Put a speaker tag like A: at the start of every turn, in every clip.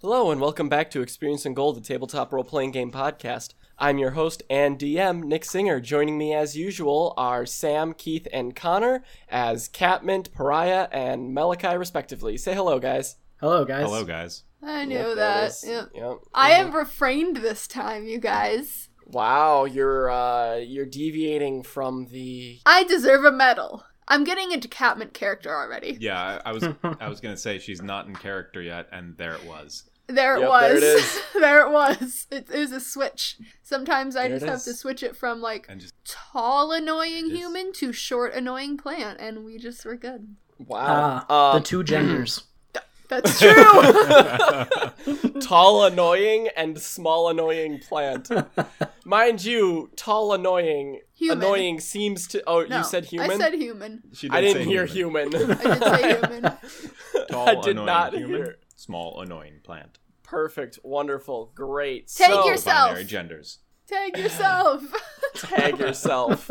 A: Hello, and welcome back to Experiencing Gold, the tabletop role playing game podcast. I'm your host and DM, Nick Singer. Joining me, as usual, are Sam, Keith, and Connor as Catmint, Pariah, and Malachi, respectively. Say hello, guys.
B: Hello, guys.
C: Hello, guys.
D: I knew
A: Yep, there it
D: that.
A: is.
D: Yep.
A: Yep.
D: I
A: Mhm.
D: am refrained this time, you guys.
A: Wow, you're uh, you're deviating from the.
D: I deserve a medal. I'm getting a decapment character already.
C: Yeah, I, I was I was gonna say she's not in character yet, and there it was.
D: There it
A: Yep,
D: was.
A: there it is.
D: There it was. It, it was a switch. Sometimes I
A: There it
D: just have
A: is.
D: to switch it from like
C: And just
D: tall annoying
C: Yes.
D: human to short annoying plant, and we just were good.
A: Wow.
B: Ah,
A: Um,
B: the two genders.
D: That's true.
A: tall annoying and small annoying plant. Mind you, tall annoying
D: Human.
A: annoying seems to. Oh,
D: No,
A: you said human.
D: I said human.
C: she
A: I didn't
C: say
A: hear
C: human.
A: human.
D: I did say human.
C: Tall,
A: I did
C: annoying
A: not
C: human,
A: hear.
C: Small annoying plant.
A: Perfect, wonderful, great.
D: Take
A: so,
D: your- Yourself.
C: Binary genders.
D: Tag yourself.
A: tag yourself.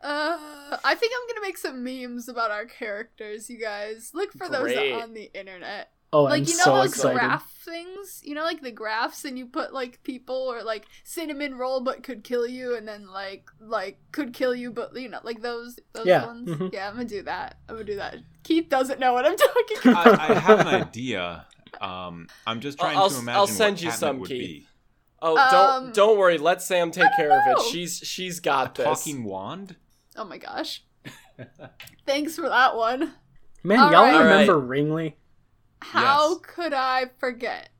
D: Uh, I think I'm gonna make some memes about our characters, you guys. Look for
A: Great.
D: those on the internet.
B: Oh,
D: like
B: I'm
D: you know
B: so
D: those
B: excited.
D: graph things you know like the graphs and you put like people or like cinnamon roll but could kill you and then like like could kill you but you know like those those
B: Yeah,
D: ones
B: mhm.
D: yeah i'm gonna do that i'm gonna do that keith doesn't know what i'm talking about
C: I, I have an idea. Um, I'm just
A: I'll-
C: trying
A: I'll
C: to
A: s-
C: imagine.
A: I'll send
C: what
A: you
C: catnip
A: some,
C: would
A: Keith.
C: be.
A: Oh,
D: Um,
A: don't don't worry. Let Sam take care of
D: know.
A: it. She's she's
C: A
A: got this.
C: talking wand.
D: oh my gosh thanks for that one
B: Man,
D: All
B: y'all
D: right.
B: all
A: All
B: remember Ringley?
D: how
C: Yes.
D: could i forget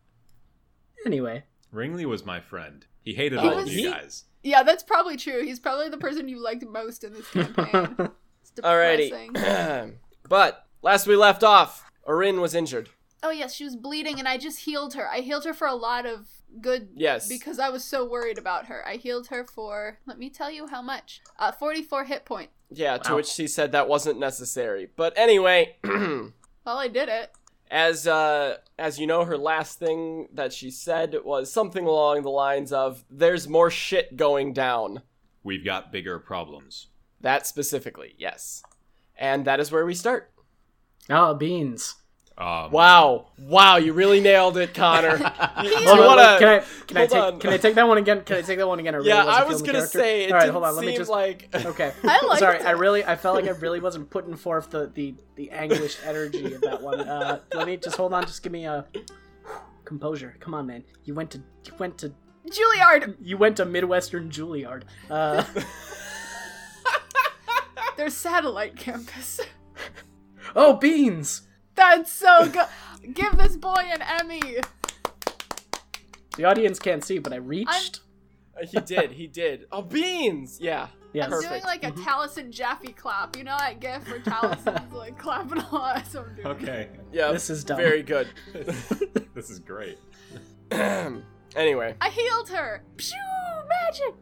B: Anyway,
C: Ringley was my friend. He hated
A: He
C: all of
D: was-
C: you
A: he-
C: guys.
D: yeah that's probably true he's probably the person you liked most in this campaign it's depressing
A: Alrighty. but last we left off, Arin was injured.
D: oh yes she was bleeding and i just healed her i healed her for a lot of good
A: Yes.
D: because I was so worried about her. I healed her for let me tell you how much. Uh, 44 hit point.
A: yeah, to
B: Wow.
A: which she said that wasn't necessary. But anyway,
D: Well, I did it.
A: as uh as you know, her last thing that she said was something along the lines of "There's more shit going down."
C: We've got bigger problems.
A: That specifically, yes. And that is where we start.
B: oh beans.
C: Um,
A: Wow. Wow, you really nailed it, Connor.
D: He's
A: You
B: Hold on,
A: wanna-
B: wait, can I can I
A: hold
B: take
A: on.
B: can I take that one again? Can I take that one again? I really
A: yeah,
B: wasn't
A: I was
B: feeling
A: gonna
B: the character.
A: say it
B: All right,
A: didn't
B: hold on. Let me
A: seem
B: just.
A: like
B: Okay.
D: I liked
B: Sorry,
D: it.
B: I really I felt like I really wasn't putting forth the the the anguished energy of that one. Uh, let me just hold on. Just give me a composure. Come on, man. You went to you went to
D: Juilliard,
B: you went to Midwestern Juilliard. Uh,
D: their satellite campus.
B: oh, beans.
D: That's so good. Give this boy an Emmy.
B: The audience can't see, but I reached.
A: he did, he did. Oh beans! Yeah.
B: Yes.
D: I'm doing
A: Perfect.
D: like a Taliesin Jaffe clap. You know that gif where Taliesin's like clapping a lot. That's what I'm doing.
C: Okay.
A: Yeah.
B: This is dumb.
A: Very good.
C: this is great.
A: anyway,
D: I healed her. Phew, magic.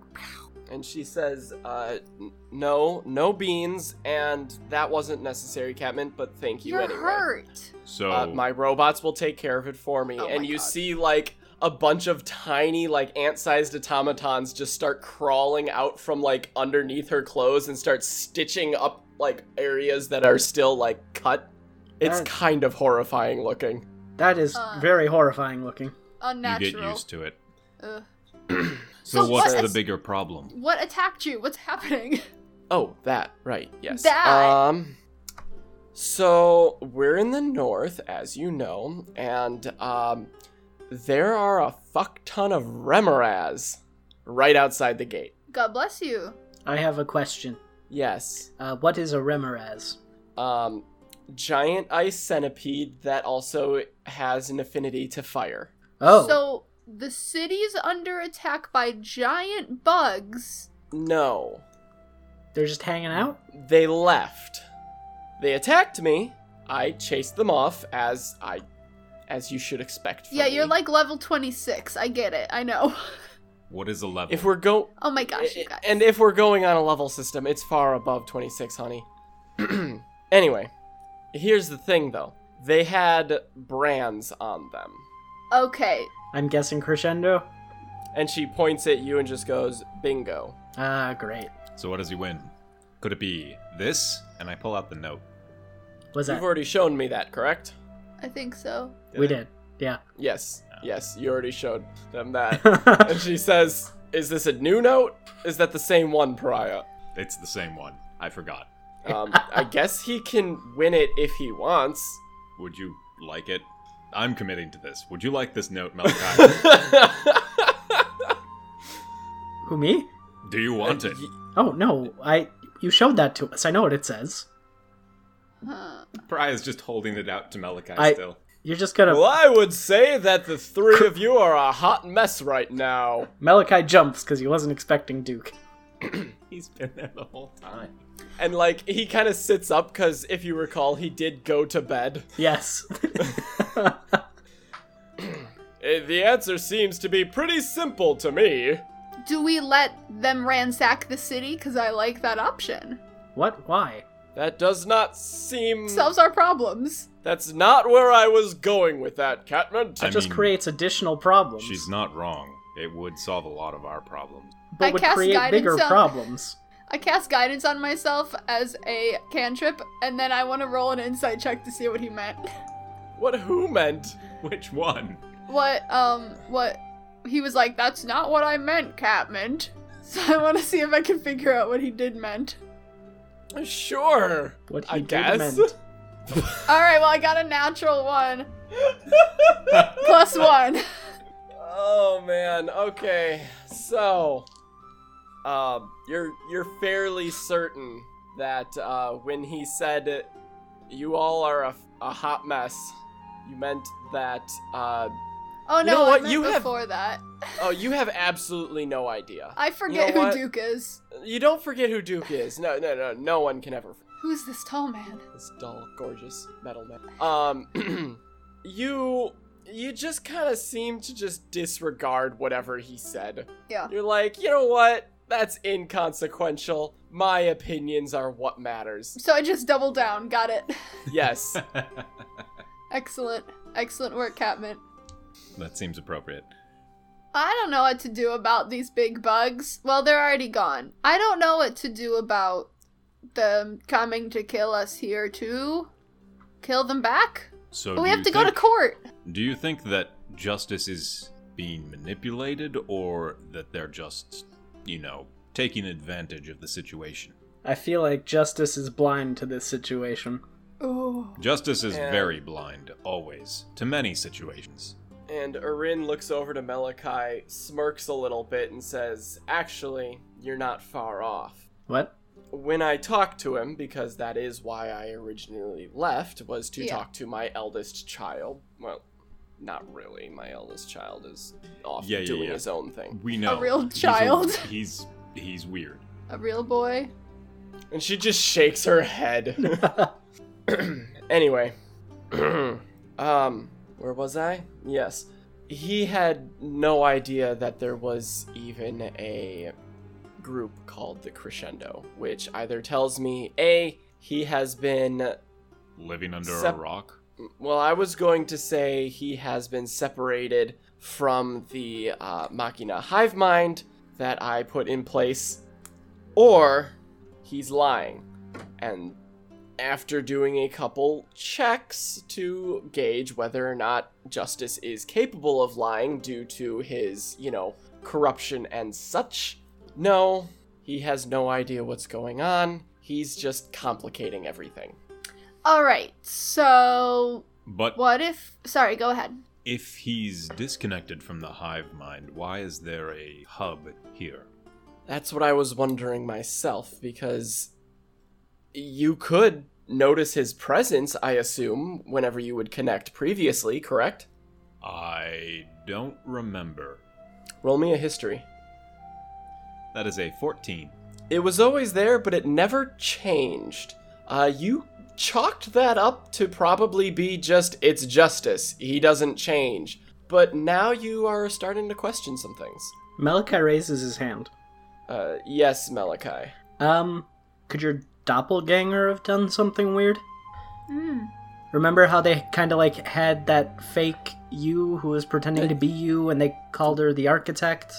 A: and she says, uh, n- no, no beans, and that wasn't necessary, Catmint, but thank you
D: You're
A: anyway.
D: hurt.
C: So
A: Uh, my robots will take care of it for me.
D: Oh
A: and
D: my
A: you
D: God.
A: see, like, a bunch of tiny, like, ant sized automatons just start crawling out from, like, underneath her clothes and start stitching up, like, areas that are still, like, cut. It's
B: That-
A: kind of horrifying looking.
B: That is
D: Uh,
B: very horrifying looking.
C: you
D: Unnatural.
C: get used to it.
D: Ugh.
C: So,
D: So
C: what's
D: what-
C: the bigger problem?
D: What attacked you? What's happening?
A: Oh, that right. Yes.
D: That.
A: Um so we're in the north as you know and um there are a fuck ton of remoras right outside the gate.
D: God bless you.
B: I have a question.
A: Yes.
B: Uh, what is a remoraz?
A: Um giant ice centipede that also has an affinity to fire.
B: Oh,
D: So the city's under attack by giant bugs.
A: No.
B: they're just hanging out.
A: They left. They attacked me. I chased them off as I as you should expect from
D: yeah, you're
A: me.
D: like level 26. I get it. I know.
C: What is a level?
A: if we're go
D: Oh my gosh, you
A: I-
D: guys.
A: And if we're going on a level system, it's far above 26, honey. anyway, here's the thing though. They had brands on them.
D: okay.
B: I'm guessing crescendo.
A: And she points at you and just goes, bingo.
B: Ah, great.
C: So what does he win? Could it be this? And I pull out the note.
B: Was that
A: You've already shown me that, correct?
D: I think so.
B: we did? Yeah.
A: Yes, yes, you already showed them that. and she says, Is this a new note? Is that the same one, Pariah?
C: It's the same one. I forgot.
A: Um, I guess he can win it if he wants.
C: Would you like it? I'm committing to this. Would you like this note, Malachi?
A: Want
B: Who me?
C: Do you want it?
B: Oh no, I you showed that to us. I know what it says.
D: Huh.
C: Pariah's just holding it out to Malachi
B: I-
C: still.
B: You're just gonna
A: Well, I would say that the three of you are a hot mess right now.
B: Malachi jumps because he wasn't expecting Duke.
C: He's been there the whole time.
A: And, like, he kind of sits up because, if you recall, he did go to bed.
B: Yes.
A: Eh, The answer seems to be pretty simple to me.
D: Do we let them ransack the city? Because I like that option.
B: what? Why?
A: That does not seem.
D: Solves our problems.
A: That's not where I was going with that, Catmint.
B: That
C: I
B: just
C: mean,
B: creates additional problems.
C: She's not wrong. It would solve a lot of our problems.
B: but
D: I
B: would
D: cast
B: create
D: guidance
B: bigger
D: on-
B: problems.
D: I cast guidance on myself as a cantrip, and then I want to roll an insight check to see what he meant.
A: What who meant?
C: Which one?
D: what um what he was like that's not what i meant catman so i want to see if i can figure out what he did meant
A: Sure.
B: What he
A: I
B: did
A: guess.
B: meant.
D: all right well i got a natural one plus one
A: Oh man. Okay. So, um, you're you're fairly certain that uh, when he said, "You all are a, a hot mess," you meant that. Uh,
D: oh no
A: You know
D: I
A: what,
D: meant
A: you have-
D: before that
A: oh, you have absolutely no idea.
D: i forget
A: know what?
D: who duke is
A: You don't forget who Duke is. No, no, no. No one can ever
D: who's this tall man
A: this dull, gorgeous metal man. Um, you you just kind of seem to just disregard whatever he said.
D: Yeah.
A: You're like, you know what? That's inconsequential. My opinions are what matters.
D: so i just doubled down got it
A: Yes.
D: excellent excellent work catman
C: that seems appropriate.
D: I don't know what to do about these big bugs. Well, they're already gone. I don't know what to do about them coming to kill us here too. Kill them back?
C: So
D: But we
C: do
D: have
C: you
D: to go to
C: think-
D: court.
C: Do you think that justice is being manipulated, or that they're just, you know, taking advantage of the situation?
B: I feel like justice is blind to this situation.
C: Oh.
D: Ooh.
C: Justice is
A: Yeah.
C: very blind, always, to many situations.
A: and Erin looks over to Melikai, smirks a little bit, and says, "Actually, you're not far off."
B: What?
A: when I talked to him, because that is why I originally left, was to
D: Yeah.
A: talk to my eldest child. Well, not really. My eldest child is off
C: Yeah, yeah,
A: doing
C: yeah.
A: his own thing.
C: We know
D: real
C: he's
D: child.
C: He's he's, weird.
D: A real boy?
A: And she just shakes her head. anyway, um, where was I? Yes. He had no idea that there was even a group called the Crescendo, which either tells me A, he has been
C: Living under
A: Sep-
C: a rock.
A: Well, I was going to say he has been separated from the uh, Machina hive mind that I put in place, or he's lying. And after doing a couple checks to gauge whether or not Justice is capable of lying due to his, you know, corruption and such, no, he has no idea what's going on. He's just complicating everything.
D: Alright, so
C: But
D: what if sorry, go ahead.
C: if he's disconnected from the hive mind, why is there a hub here?
A: That's what I was wondering myself because you could notice his presence, I assume, whenever you would connect previously, correct?
C: I don't remember.
A: Roll me a history.
C: That is a 14.
A: It was always there, but it never changed. Uh, you chalked that up to probably be just it's justice. He doesn't change. But now you are starting to question some things.
B: Malachi raises his hand.
A: Uh, yes, Malachi.
B: Um, could your doppelganger have done something weird?
D: Hmm.
B: Remember how they kind of like had that fake you who was pretending to be you and they called her the architect?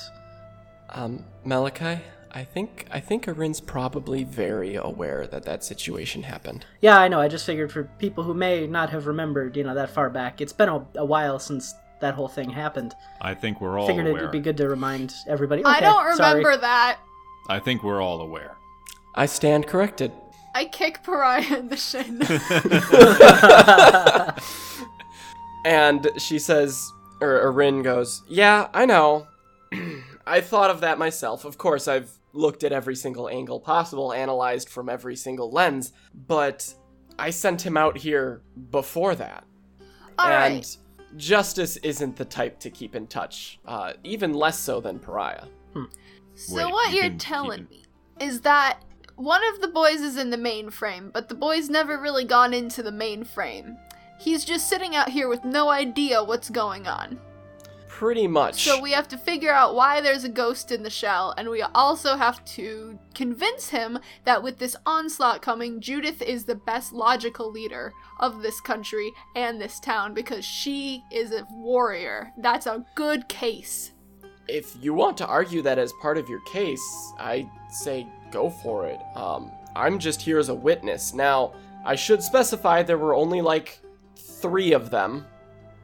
A: Um, Malachi, I think I think Arin's probably very aware that that situation happened.
B: Yeah, I know. I just figured for people who may not have remembered, you know, that far back, it's been a, a while since that whole thing happened.
C: I think we're all
B: figured
C: aware.
B: it'd be good to remind everybody.
D: I
B: Okay,
D: don't
B: sorry.
D: remember that.
C: I think we're all aware.
A: I stand corrected.
D: I kick Pariah in the shin.
A: And she says, or Arin goes, Yeah, I know. I thought of that myself. Of course, I've looked at every single angle possible, analyzed from every single lens, but I sent him out here before that.
D: All
A: and
D: right.
A: Justice isn't the type to keep in touch, uh, even less so than Pariah.
D: So
C: Wait,
D: what
C: you
D: you're
C: can keep
D: telling
C: it.
D: me is that one of the boys is in the main frame, but the boy's never really gone into the main frame. He's just sitting out here with no idea what's going on.
A: Pretty much.
D: So we have to figure out why there's a ghost in the shell, and we also have to convince him that with this onslaught coming, Judith is the best logical leader of this country and this town because she is a warrior. That's a good case.
A: if you want to argue that as part of your case, I say go for it. Um, I'm just here as a witness. Now, I should specify there were only like three of them,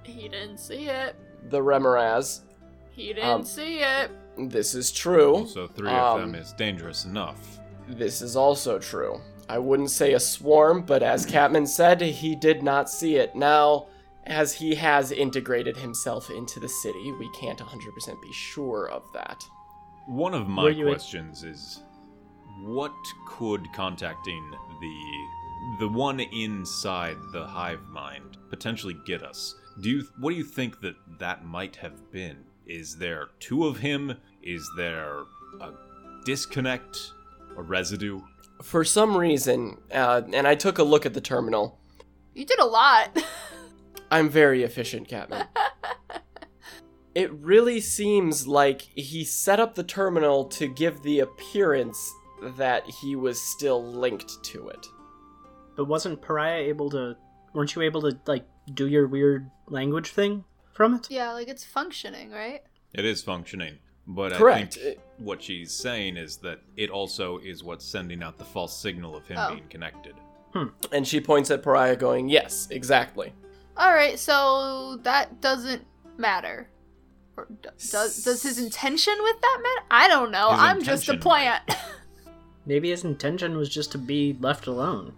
D: He didn't see it.
A: the Remoraz.
D: He didn't
A: Um,
D: see it.
A: This is true.
C: So three of
A: Um,
C: them is dangerous enough.
A: This is also true. I wouldn't say a swarm, but as Catman said, he did not see it. Now, as he has integrated himself into the city, we can't 100% be sure of that.
C: One of
B: Were
C: my
B: you a-
C: questions is what could contacting the the one inside the hive mind potentially get us? Do you what do you think that that might have been? Is there two of him? Is there a disconnect? A residue?
A: For some reason, uh, and I took a look at the terminal,
D: You did a lot.
A: I'm very efficient, Catman. it really seems like he set up the terminal to give the appearance that he was still linked to it.
B: But wasn't Pariah able to? Weren't you able to like do your weird language thing from it?
D: yeah, like it's functioning, right?
C: It is functioning. But
A: Correct.
C: I think what she's saying is that it also is what's sending out the false signal of him
D: Oh.
C: being connected.
A: And she points at Pariah, going, Yes, exactly.
D: All right, so that doesn't matter. Or d- does does his intention with that matter? I don't know.
C: His
D: I'm just a
C: intention
D: plant.
B: Maybe his intention was just to be left alone.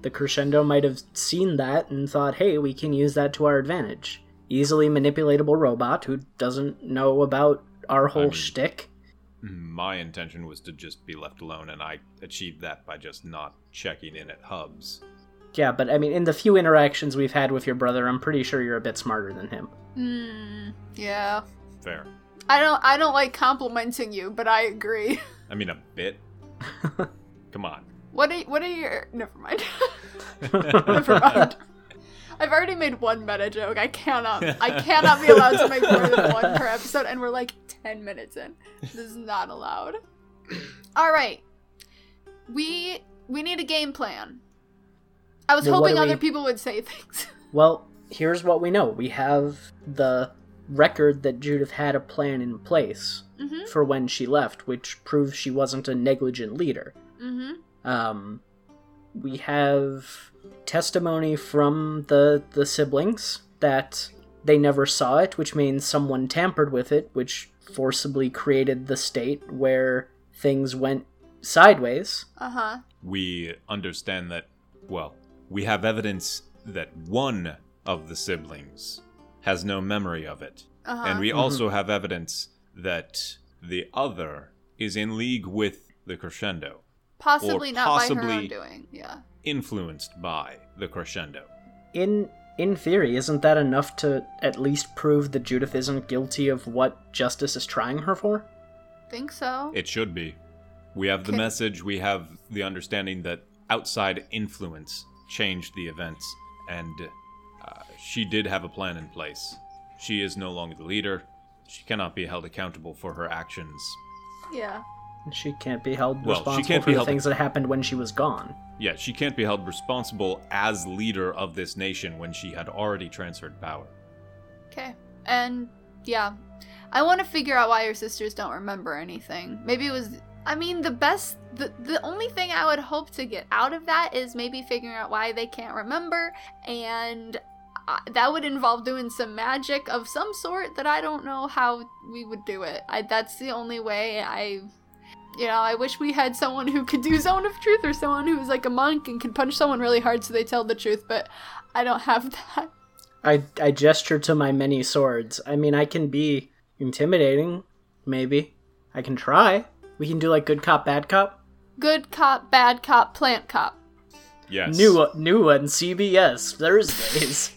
B: The crescendo might have seen that and thought, hey, we can use that to our advantage. Easily manipulatable robot who doesn't know about our whole
C: mean-
B: shtick.
C: My intention was to just be left alone, and I achieved that by just not checking in at hubs.
B: Yeah, but I mean, in the few interactions we've had with your brother, I'm pretty sure you're a bit smarter than him.
D: Hmm. yeah.
C: Fair.
D: I don't I don't like complimenting you, but I agree.
C: I mean, a bit. Come on.
D: What are what are your Never mind. Never mind. I've already made one meta joke. I cannot I cannot be allowed to make more than one per episode and we're like 10 minutes in. This is not allowed. All right. We we need a game plan. I was
B: Well, what
D: hoping
B: do we-
D: other people would say things.
B: Well, here's what we know we have the record that Judith had a plan in place
D: Mhm.
B: for when she left, which proves she wasn't a negligent leader.
D: Mhm.
B: Um, we have testimony from the the siblings that they never saw it, which means someone tampered with it, which forcibly created the state where things went sideways.
D: Uh-huh.
C: We understand that, well, we have evidence that one of the siblings has no memory of it.
D: Uh-huh.
C: And we
B: Mhm.
C: also have evidence that the other is in league with the crescendo,
D: possibly
C: or
D: not by her
C: possibly-
D: own doing. Yeah.
C: influenced by the crescendo.
B: In in theory, isn't that enough to at least prove that Judith isn't guilty of what justice is trying her for?
D: Think so.
C: It should be. We have the
D: Can-
C: message, we have the understanding that outside influence changed the events, and uh, she did have a plan in place. She is no longer the leader. She cannot be held accountable for her actions.
D: yeah.
B: She can't be held
C: Well, she
B: responsible
C: can't
B: for
C: be
B: the
C: held-
B: things that happened when she was gone.
C: Yet she can't be held responsible as leader of this nation when she had already transferred power.
D: Okay. And yeah. I want to figure out why your sisters don't remember anything. Maybe it was. I mean, the best. The, the only thing I would hope to get out of that is maybe figuring out why they can't remember, and uh, that would involve doing some magic of some sort that I don't know how we would do it. I, that's the only way I. You know, I wish we had someone who could do Zone of Truth or someone who was like a monk and could punch someone really hard so they tell the truth, but I don't have that.
B: I, I gesture to my many swords. I mean, I can be intimidating, maybe. I can try. We can do like good cop, bad cop.
D: Good cop, bad cop, plant cop.
C: Yes.
B: New new on CBS Thursdays.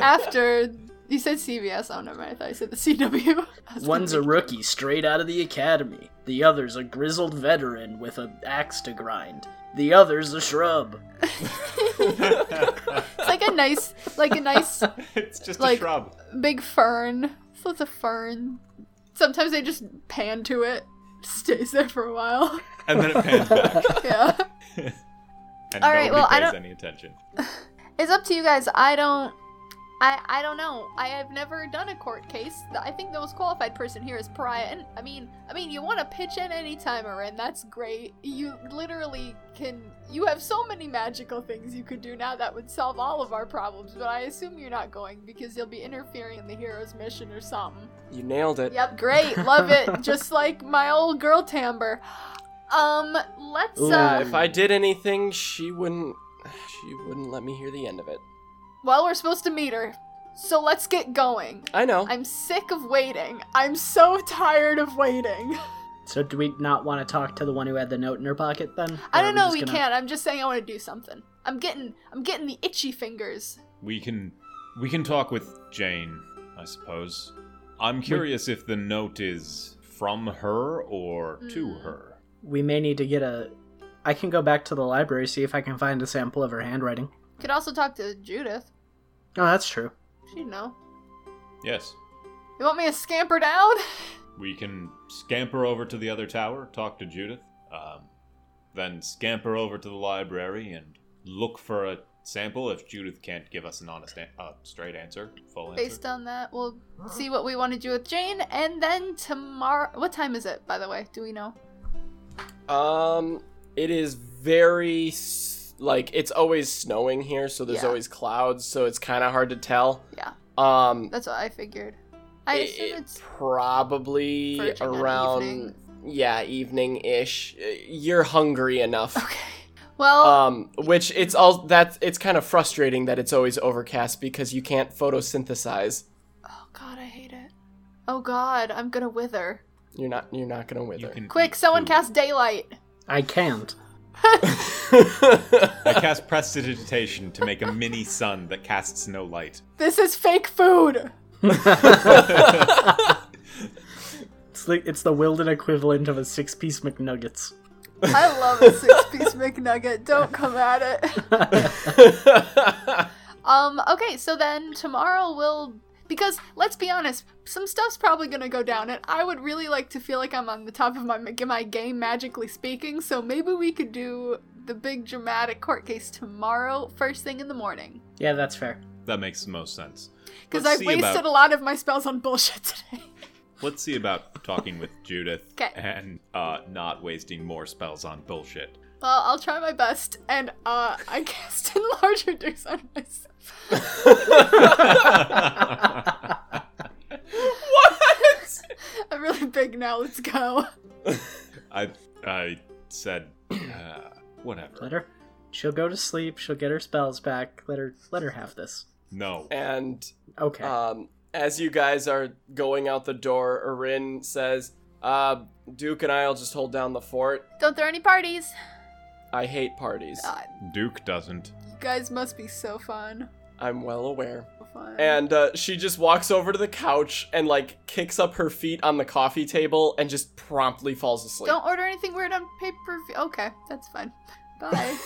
D: After. You said CBS. Oh, never mind. I thought you said the CW. I was
B: One's a
D: confused.
B: rookie straight out of the academy. The other's a grizzled veteran with an axe to grind. The other's a shrub.
D: It's like a nice, like a nice
C: it's just
D: Like-
C: a shrub.
D: big fern. So it's a fern. Sometimes they just pan to it. Stays there for a while.
C: And then it pans back.
D: Yeah.
C: And
D: All right,
C: nobody
D: well,
C: pays
D: I don't-
C: any attention.
D: it's up to you guys. I don't I I don't know. I have never done a court case. The- I think the most qualified person here is Pariah. And I mean, I mean, you want to pitch in any time, and that's great. You literally can you have so many magical things you could do now that would solve all of our problems, but I assume you're not going because you'll be interfering in the hero's mission or something.
A: You nailed it.
D: Yep, great. Love it. Just like my old girl timbre. Um, let's
B: Ooh.
D: uh
A: If I did anything, she wouldn't. She wouldn't let me hear the end of it.
D: well, we're supposed to meet her. So let's get going.
A: I know.
D: I'm sick of waiting. I'm so tired of waiting.
B: So do we not want to talk to the one who had the note in her pocket then?
D: I
B: Or are
D: don't know
B: just
D: we
B: gonna-
D: can't. I'm just saying I want to do something. I'm getting I'm getting the itchy fingers.
C: We can we can talk with Jane, I suppose. I'm curious if the note is from her or to
D: Mm.
C: her.
B: We may need to get a. I can go back to the library see if I can find a sample of her handwriting.
D: Could also talk to Judith.
B: Oh, that's true.
D: She'd know.
C: Yes.
D: You want me to scamper down?
C: We can scamper over to the other tower, talk to Judith, um, then scamper over to the library and look for a sample if Judith can't give us an honest, an- uh, straight answer, full answer.
D: Based on that, we'll see what we want to do with Jane and then tomorrow What time is it by the way? Do we know?
A: Um, it is very s- like it's always snowing here, so there's
D: Yeah.
A: always clouds, so it's kind of hard to tell.
D: Yeah.
A: Um,
D: That's what I figured. I
A: it-
D: assume
A: it
D: it's
A: probably
D: verging on
A: around
D: evening.
A: yeah, evening ish. You're hungry enough.
D: Okay. Well,
A: Um, which it's all that's it's kind of frustrating that it's always overcast because you can't photosynthesize.
D: oh god, I hate it. Oh god, I'm gonna wither.
A: You're not you're not gonna
C: You
A: wither.
C: can
D: Quick,
C: eat
D: someone
C: food.
D: cast daylight.
B: I can't.
C: I cast prestidigitation to make a mini sun that casts no light.
D: This is fake food.
B: It's like it's the Wilden equivalent of a six-piece McNuggets.
D: I love a six-piece McNugget. Don't come at it. Um. Okay. So then tomorrow we'll because let's be honest, some stuff's probably gonna go down, and I would really like to feel like I'm on the top of my my game magically speaking. So maybe we could do the big dramatic court case tomorrow, first thing in the morning.
B: Yeah, that's fair.
C: That makes the most sense.
D: Because
C: Let's
D: I've
C: see
D: wasted
C: about-
D: a lot of my spells on bullshit today.
C: Let's see about talking with Judith
D: 'Kay.
C: and uh, not wasting more spells on bullshit.
D: Well, I'll try my best, and uh, I cast enlarge reduce on myself.
C: I
D: I'm really big now. Let's go.
C: I said uh, whatever.
B: Let her. She'll go to sleep. She'll get her spells back. Let her. Let her have this.
C: No.
A: and
B: Okay.
D: Uh,
A: Um, as you guys are going out the door, Erin says, uh, Duke and I'll just hold down the fort.
D: Don't throw any parties.
A: I hate parties.
D: God,
C: Duke doesn't.
D: Uh, you guys must be so fun.
A: I'm well aware.
D: So fun.
A: And uh, she just walks over to the couch and, like, kicks up her feet on the coffee table and just promptly falls asleep.
D: don't order anything weird on pay per view. Okay, that's fine. Bye.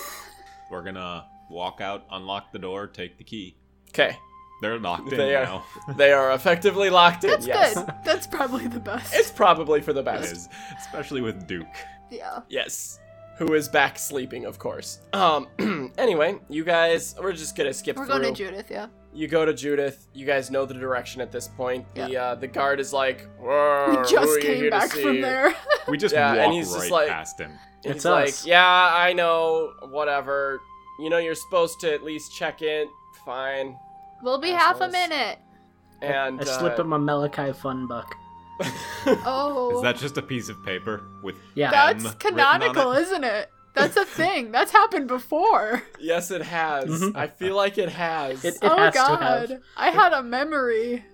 C: We're gonna walk out, unlock the door, take the key.
A: Okay.
C: They're locked in
A: They are-
C: now.
A: They are effectively locked in.
D: that's
A: yes.
D: good. That's probably the best.
A: It's probably for the
C: It
A: best.
C: is, especially with Duke.
D: Yeah.
A: Yes. who is back sleeping, of course. Um, anyway, you guys, we're just gonna skip
D: We're
A: through.
D: going to Judith, yeah.
A: you go to Judith. You guys know the direction at this point. The uh, the guard is like,
D: We
A: "Whoa, who
D: just
A: are you here
D: came
A: to
D: back from
A: see?"
D: there.
C: We just
A: Yeah,
C: walk
A: and he's
C: right
A: just like-
C: past him.
A: And
B: It's
A: he's like,
B: us.
A: yeah, I know, whatever. You know, you're supposed to at least check in. Fine.
D: We'll be half a
A: Assholes.
D: minute.
A: And
B: I
D: uh,
B: slip him a Malachi fun buck.
A: uh,
D: Oh.
C: Is that just a piece of paper with?
B: Yeah.
C: That-
D: That's
C: M written on
D: canonical,
C: it?
D: isn't it? That's a thing. That's happened before.
A: yes, it has.
B: Mhm.
A: I feel like it has.
B: It-
D: oh
B: has to
D: god.
B: have.
D: I had a memory.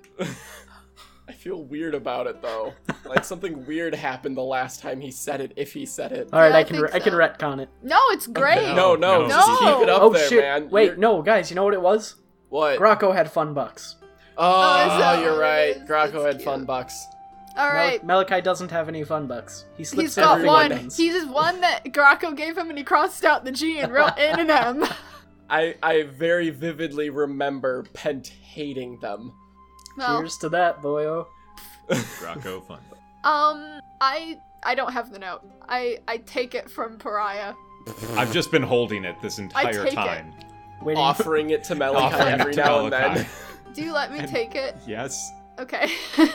A: I feel weird about it though. like something weird happened the last time he said it, if he said it.
B: All right,
D: Yeah, I
B: I can
D: think
B: I can
D: so.
B: retcon it.
D: No, it's Oh, great.
A: No, no,
C: No.
A: just keep it up
B: oh
A: there,
B: shit!
A: man.
B: Wait,
A: You're-
B: no, guys, you know what it was?
A: What?
B: Rocco had fun bucks.
A: oh,
D: is that
A: you're
D: what it
A: right.
D: is?
A: Graco
D: That's
A: had
D: cute.
A: fun bucks.
D: All
B: Mal-
D: right.
B: Malachi doesn't have any fun bucks. He slips
D: He's got
B: everything
D: one.
B: in.
D: He's just one that Graco gave him, and he crossed out the G and wrote N and M.
A: I I very vividly remember Pent hating them.
D: Well,
B: Cheers to that, boyo.
C: Graco fun.
D: um, I I don't have the note. I I take it from Pariah.
C: I've just been holding it this entire
D: take it.
C: time.
B: Waiting.
A: offering it to Malachi
C: Offering it
A: every
C: to
A: now and
C: Malachi.
A: then.
D: Do you let me
C: And-
D: take it?
C: Yes.
D: Okay.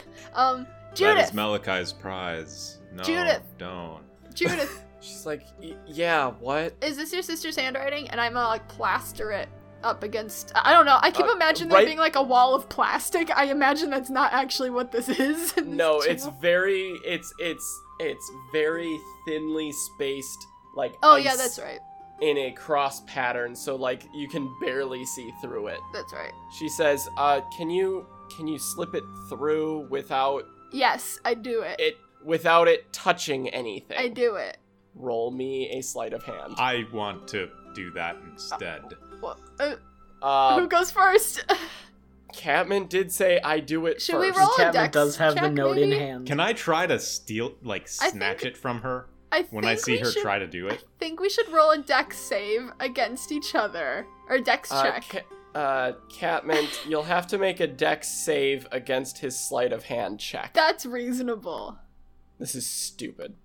C: That
D: um,
C: is
D: Judith.
C: Malachi's prize. No,
D: Judith.
C: don't.
D: Judith,
A: She's like, "Y- yeah, what?
D: is this your sister's handwriting? And I'm gonna like plaster it up against. I don't know. I keep
A: Uh,
D: imagining
A: right-
D: there being like a wall of plastic. I imagine that's not actually what this is. in this
A: No, it's
D: journal.
A: very, it's it's it's very thinly spaced, like
D: Oh yeah,
A: ice
D: that's right.
A: in a cross pattern, so like you can barely see through it.
D: That's right.
A: She says, uh, can you can you slip it through without
D: Yes, I do it.
A: it without it touching anything?
D: I do it.
A: Roll me a sleight of hand.
C: I want to do that instead.
D: Wha- uh,
A: Uh,
C: Um,
D: who goes first?
A: Catman did say I do it
D: Should we
A: first.
B: Because
D: roll a
B: Catman
D: dex
B: does have the
D: check,
B: note in
D: maybe?
B: hand.
C: Can I try to steal, like,
D: I
C: snatch
D: think-
C: it from her
D: I think
C: when I see
D: we
C: her
D: should,
C: try to do
D: I
C: it?
D: think we should roll a dex save against each other or dex
A: Uh,
D: check.
A: Ca- uh, Catman, you'll have to make a dex save against his sleight of hand check.
D: That's reasonable.
A: This is stupid.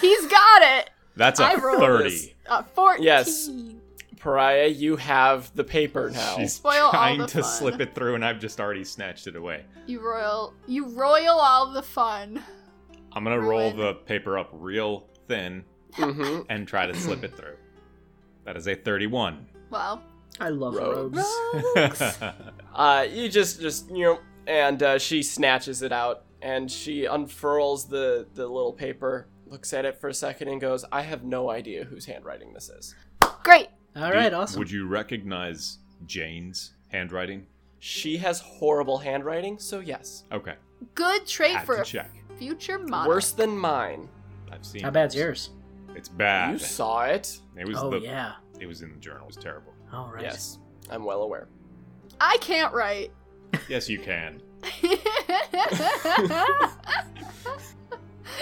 D: He's got it.
C: That's a
D: I rolled
C: 30.
A: this.
D: Uh, Fourteen.
A: Yes. Pariah, you have the paper now.
C: She's
D: Spoil all
C: trying
D: the
C: to
D: fun.
C: slip it through, and I've just already snatched it away.
D: You royal. You royal all the fun.
C: I'm gonna roll
D: Ruin.
C: the paper up real thin
A: hmm
C: and try to slip it through. That is a 31.
D: Wow.
B: I love
A: Rogues.
B: rogues.
D: Rogues.
A: Uh, you just, just, you know, and uh, she snatches it out and she unfurls the, the little paper, looks at it for a second, and goes, I have no idea whose handwriting this is.
D: Great.
B: All
C: Do-
B: right, awesome.
C: Would you recognize Jane's handwriting?
A: She has horrible handwriting, so yes.
C: Okay.
D: Good trait
C: Had
D: for
C: to
D: a
C: check.
D: future model.
A: Worse than mine.
C: I've seen.
B: How bad's
C: yours.
B: yours?
C: It's bad.
A: You saw it.
C: It was
B: Oh
C: the.
B: yeah.
C: It was in the journal. It was terrible.
B: All right.
A: Yes, I'm well aware.
D: I can't write.
C: Yes, you can.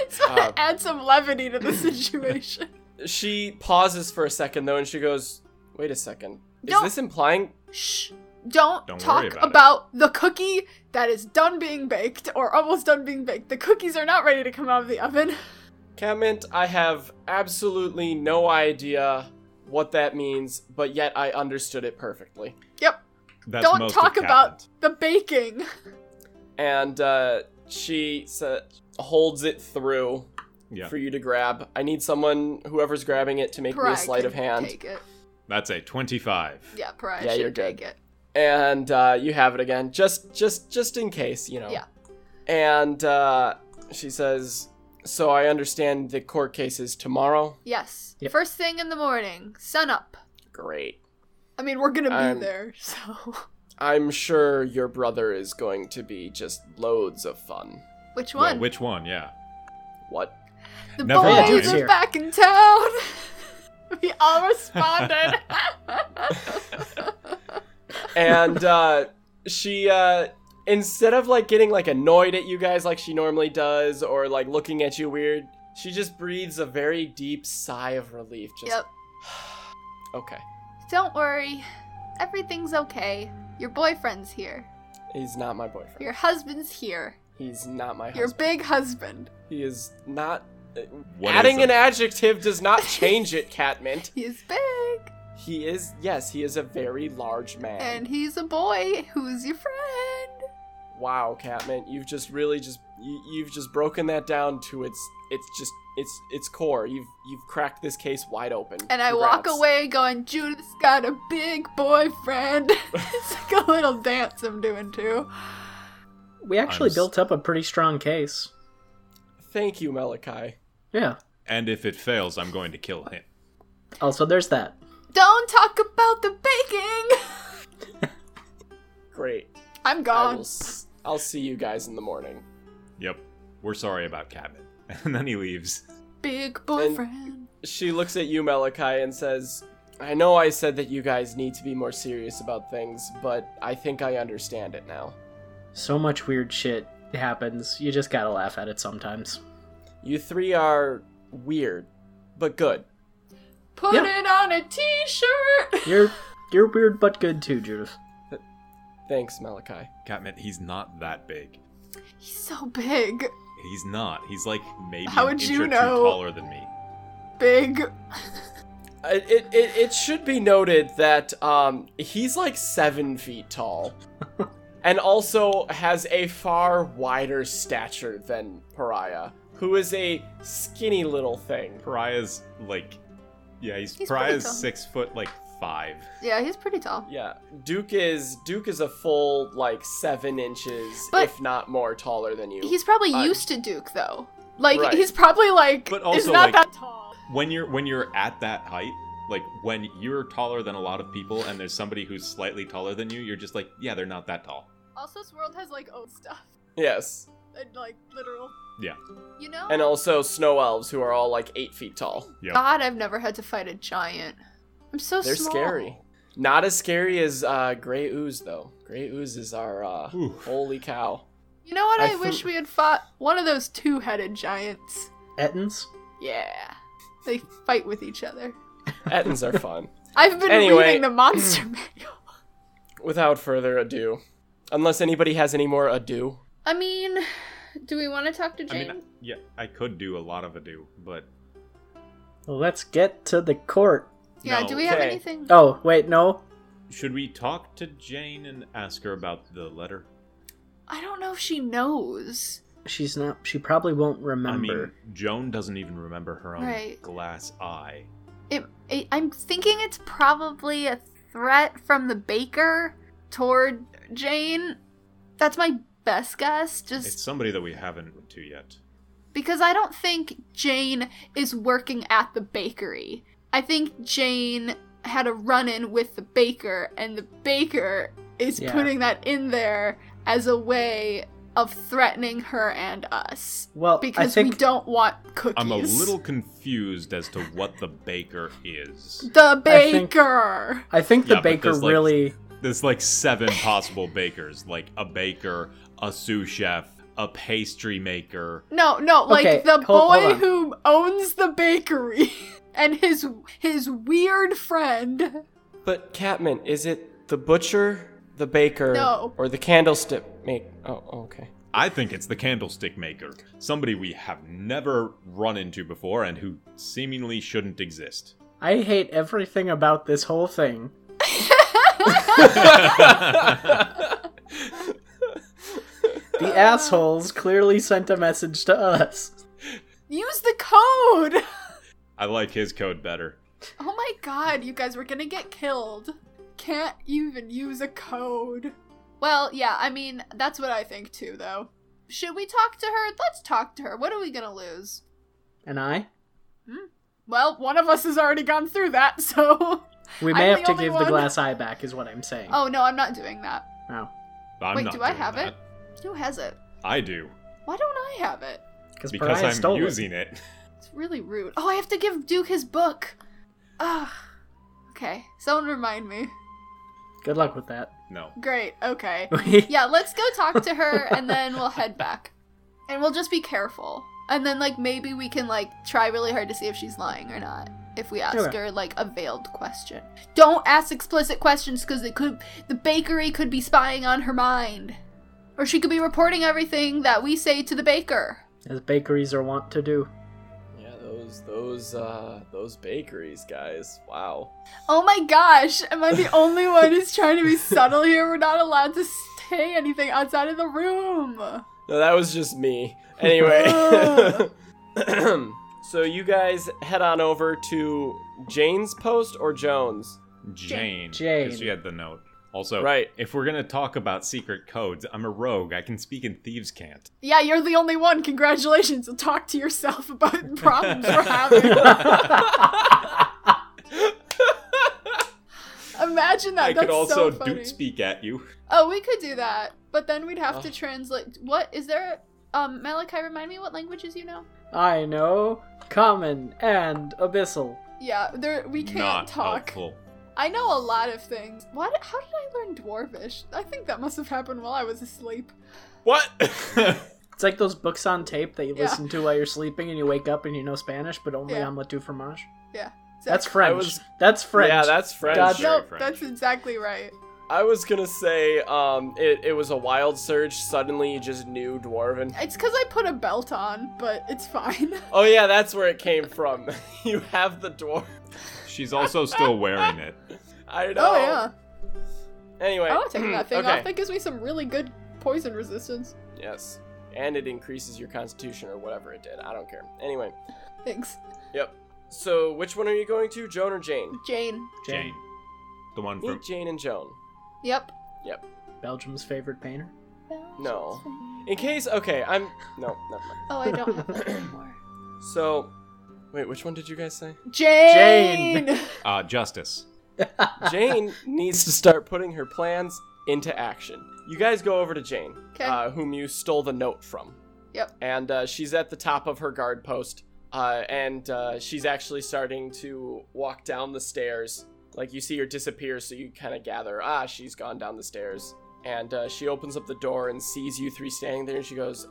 D: so
A: Uh,
D: add some levity to the situation.
A: She pauses for a second though, and she goes, "Wait a second. Is
D: Don't-
A: this implying?
D: Shh. Don't,
C: Don't
D: talk
C: worry about it.
D: the cookie that is done being baked or almost done being baked. The cookies are not ready to come out of the oven.
A: Comment. I have absolutely no idea what that means, but yet I understood it perfectly."
D: Yep.
C: That's
D: Don't
C: most
D: talk
C: of
D: about
C: Catmint.
D: the baking.
A: And uh, she sa- holds it through
C: Yeah,
A: for you to grab. I need someone, whoever's grabbing it, to make me a
D: Pariah
A: sleight
D: can
A: of hand.
D: Take it.
C: that's a twenty-five.
D: Yeah, Pariah
A: Yeah,
D: should
A: you're
D: take
A: good.
D: it.
A: and uh, you have it again, just just just in case, you know.
D: Yeah.
A: And uh, she says, "So I understand the court case is tomorrow.
D: Yes.
B: Yep.
D: First thing in the morning, sun up.
A: Great.
D: I mean, we're gonna be
A: I'm-
D: there, so.
A: I'm sure your brother is going to be just loads of fun.
D: Which
C: Well,
D: one?
C: which one? Yeah.
A: What?
D: the
C: Never
B: mind.
D: boys
B: Jane's
D: are
B: here.
D: back in town. we all responded.
A: And uh, she, uh, instead of like getting like annoyed at you guys like she normally does, or like looking at you weird, she just breathes a very deep sigh of relief. Just
D: yep.
A: okay.
D: Don't worry. Everything's okay. Your boyfriend's here.
A: He's not my boyfriend.
D: Your husband's here.
A: He's not my
D: Your
A: husband.
D: big husband.
A: He is not uh,
C: What is
A: Adding
C: a-
A: an adjective does not change it, Catmint.
D: He's big
A: He is, yes, he is a very large man.
D: and he's a boy who's your friend.
A: wow, Catmint, you've just really just you, you've just broken that down to its it's just its its core. You've you've cracked this case wide open.
D: And I walk
A: Congrats.
D: away going, Judith's got a big boyfriend. it's like a little dance I'm doing too.
B: We actually
C: s-
B: built up a pretty strong case.
A: Thank you, Malachi.
B: Yeah.
C: And if it fails, I'm going to kill him.
B: Also, there's that.
D: Don't talk about the baking.
A: Great.
D: I'm
A: I will
D: gone.
A: s- I'll see you guys in the morning.
C: Yep. We're sorry about Cabin. And then he leaves.
D: Big boyfriend.
A: She looks at you, Malachi, and says, I know I said that you guys need to be more serious about things, but I think I understand it now.
B: So much weird shit happens. You just gotta laugh at it sometimes.
A: You three are weird, but good.
D: Put
B: Yeah.
D: it on a t-shirt.
B: You're you're weird but good too, Judith.
A: Thanks, Malachi.
C: Catmint, he's not that big.
D: He's so big.
C: He's not. He's like maybe
D: How
C: an
D: would
C: inch
D: you
C: or
D: know?
C: two taller than me.
D: Big.
A: I- It, it, it should be noted that um, he's like seven feet tall, and also has a far wider stature than Pariah, who is a skinny little thing.
C: Pariah's like, yeah, he's,
D: He's pretty
C: Pariah's
D: tall.
C: six foot like five.
D: Yeah, he's pretty tall.
A: Yeah, Duke is Duke is a full like seven inches,
D: But-
A: if not more, taller than you.
D: He's probably
A: Uh,
D: used to Duke though. Like
A: right.
D: he's probably like
C: But
D: it's
C: also, like-
D: not that tall.
C: When you're when you're at that height, like when you're taller than a lot of people, and there's somebody who's slightly taller than you, you're just like, yeah, they're not that tall.
D: Also, this world has like old stuff
A: yes,
D: and like literal.
C: Yeah.
D: You know.
A: and also snow elves who are all like eight feet tall.
C: Yep.
D: God, I've never had to fight a giant. I'm so
A: They're
D: small.
A: scary. Not as scary as uh, Gray Ooze though. Gray Ooze is our uh,
C: Ooh.
A: holy cow.
D: You know what?
A: I
D: I,
A: threw-
D: wish we had fought one of those two-headed giants.
B: Ettins?
D: Yeah, they fight with each other.
A: Ettins are fun.
D: I've been
A: Anyway.
D: reading the monster manual.
A: Without further ado, unless anybody has any more ado,
D: I mean, do we want to talk to
C: I
D: Jane?
C: mean, yeah, I could do a lot of ado, but
B: Let's get to the court.
D: yeah.
C: no.
D: Do we have
A: Okay.
D: anything?
B: Oh, wait, no.
C: should we talk to Jane and ask her about the letter?
D: I don't know if she knows.
B: She's not she probably won't remember.
C: I mean, Joan doesn't even remember her own
D: Right.
C: glass eye.
D: It, it, I'm thinking it's probably a threat from the baker toward Jane. That's my best guess. Just
C: It's somebody that we haven't to yet.
D: because I don't think Jane is working at the bakery. I think Jane had a run in with the baker, and the baker is
B: Yeah.
D: putting that in there as a way of threatening her and us
B: well, I
D: because
B: think
D: we don't want cookies.
C: I'm a little confused as to what the baker is.
D: The
B: I think-
D: baker!
B: I think the
C: Yeah, but
B: baker
C: there's, like-
B: really
C: There's like seven possible bakers, like a baker, a sous chef, a pastry maker.
D: No, no, like
B: Okay,
D: the
B: hol- hold
D: boy
B: on.
D: who owns the bakery and his his weird friend.
A: but Catman, is it the butcher, the baker,
D: No.
A: or the candlestick make? Oh, okay.
C: I think it's the candlestick maker, somebody we have never run into before and who seemingly shouldn't exist.
B: I hate everything about this whole thing. The assholes clearly sent a message to us.
D: Use the code.
C: I like his code better.
D: Oh my god, you guys were gonna get killed. Can't even use a code. Well, yeah, I mean, that's what I think too, though. Should we talk to her? Let's talk to her. What are we gonna lose?
B: And I?
D: Well, one of us has already gone through that, so.
B: We may
D: I'm the
B: have to
D: only
B: give the
D: one.
B: glass eye back, is what I'm saying.
D: Oh no, I'm not doing that.
B: No.
C: I'm
D: Wait,
C: not
D: do I
C: doing
D: have
C: that.
D: it? Who has it?
C: I do.
D: Why don't I have it?
C: Because
B: Pariah
C: I'm
B: stole it.
C: using it.
D: It's really rude. Oh, I have to give Duke his book. Ugh. Okay, someone remind me.
B: Good luck with that.
C: No.
D: Great, okay. yeah, let's go talk to her and then we'll head back. And we'll just be careful. And then like maybe we can like try really hard to see if she's lying or not. If we ask
B: Okay.
D: her like a veiled question. Don't ask explicit questions cuz it could the bakery could be spying on her mind. Or she could be reporting everything that we say to the baker.
B: As bakeries are wont to do.
A: those those uh those bakeries, guys. Wow.
D: Oh my gosh, am I the only one who's trying to be subtle here? We're not allowed to say anything outside of the room.
A: No, that was just me. Anyway. so you guys head on over to Jane's post or Jones?
C: Jane.
B: Jane.
C: Because she had the note. Also,
A: Right.
C: if we're going to talk about secret codes, I'm a rogue. I can speak and thieves can't.
D: Yeah, you're the only one. Congratulations. So talk to yourself about problems we're having. Imagine that.
C: I
D: That's
C: could also
D: so funny.
C: doot speak at you.
D: Oh, we could do that, but then we'd have to
A: Ugh.
D: translate. What is there? Um, Malachi, remind me what languages you know.
B: I know. Common and abyssal.
D: Yeah, there we can't
C: Not
D: talk.
C: helpful.
D: I know a lot of things. Why? Did, how did I learn dwarvish? I think that must have happened while I was asleep.
C: What?
B: It's like those books on tape that you
D: Yeah.
B: listen to while you're sleeping and you wake up and you know Spanish, but only
D: Yeah.
B: on La Tu Fromage.
D: Exact-
B: That's French.
A: was-
B: That's French.
A: Yeah, that's French.
B: God-
C: Very
D: Nope,
C: French.
D: that's exactly right.
A: I was gonna say, um, it, it was a wild surge. Suddenly, you just knew dwarven.
D: It's because I put a belt on, but it's fine.
A: Oh yeah, that's where it came from. you have the dwarf.
C: She's also still wearing it.
A: I know.
D: Oh yeah, Oh,
A: Anyway,
D: I want to take that thing
A: okay.
D: off. That gives me some really good poison resistance.
A: Yes, and it increases your constitution or whatever it did. I don't care. Anyway,
D: Thanks,
A: so which one are you going to, Joan or Jane?
D: Jane.
C: Jane. The one from.
A: Meet Jane and Joan.
D: Yep.
B: Belgium's favorite painter.
A: No. In case, okay, I'm no, never mind.
D: Oh, I don't have that anymore.
A: So, wait, which one did you guys say?
D: Jane.
C: Uh, Justice.
A: Jane needs to start putting her plans into action. You guys go over to Jane,
D: 'Kay.
A: uh, whom you stole the note from.
D: Yep.
A: And uh, she's at the top of her guard post, uh, and uh, she's actually starting to walk down the stairs. Like you see her disappear, so you kind of gather, ah, she's gone down the stairs. And uh, she opens up the door and sees you three standing there, and she goes,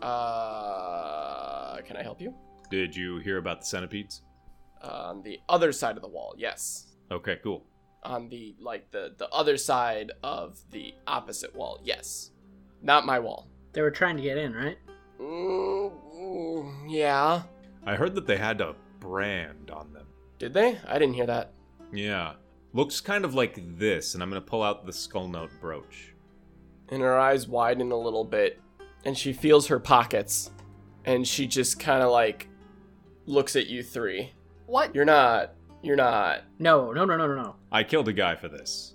A: uh, "Can I help you?"
C: Did you hear about the centipedes?
A: on the other side of the wall. Yes.
C: Okay, cool.
A: on the like the the other side of the opposite wall. Yes, not my wall.
B: They were trying to get in, right?
A: Mm, mm, yeah.
C: I heard that they had a brand on them.
A: Did they? I didn't hear that.
C: Yeah. Looks kind of like this, and I'm going to pull out the skull note brooch.
A: And her eyes widen a little bit, and she feels her pockets, and she just kind of like looks at you three.
D: what?
A: You're not. You're not.
B: No, no, no, no, no, no.
C: I killed a guy for this.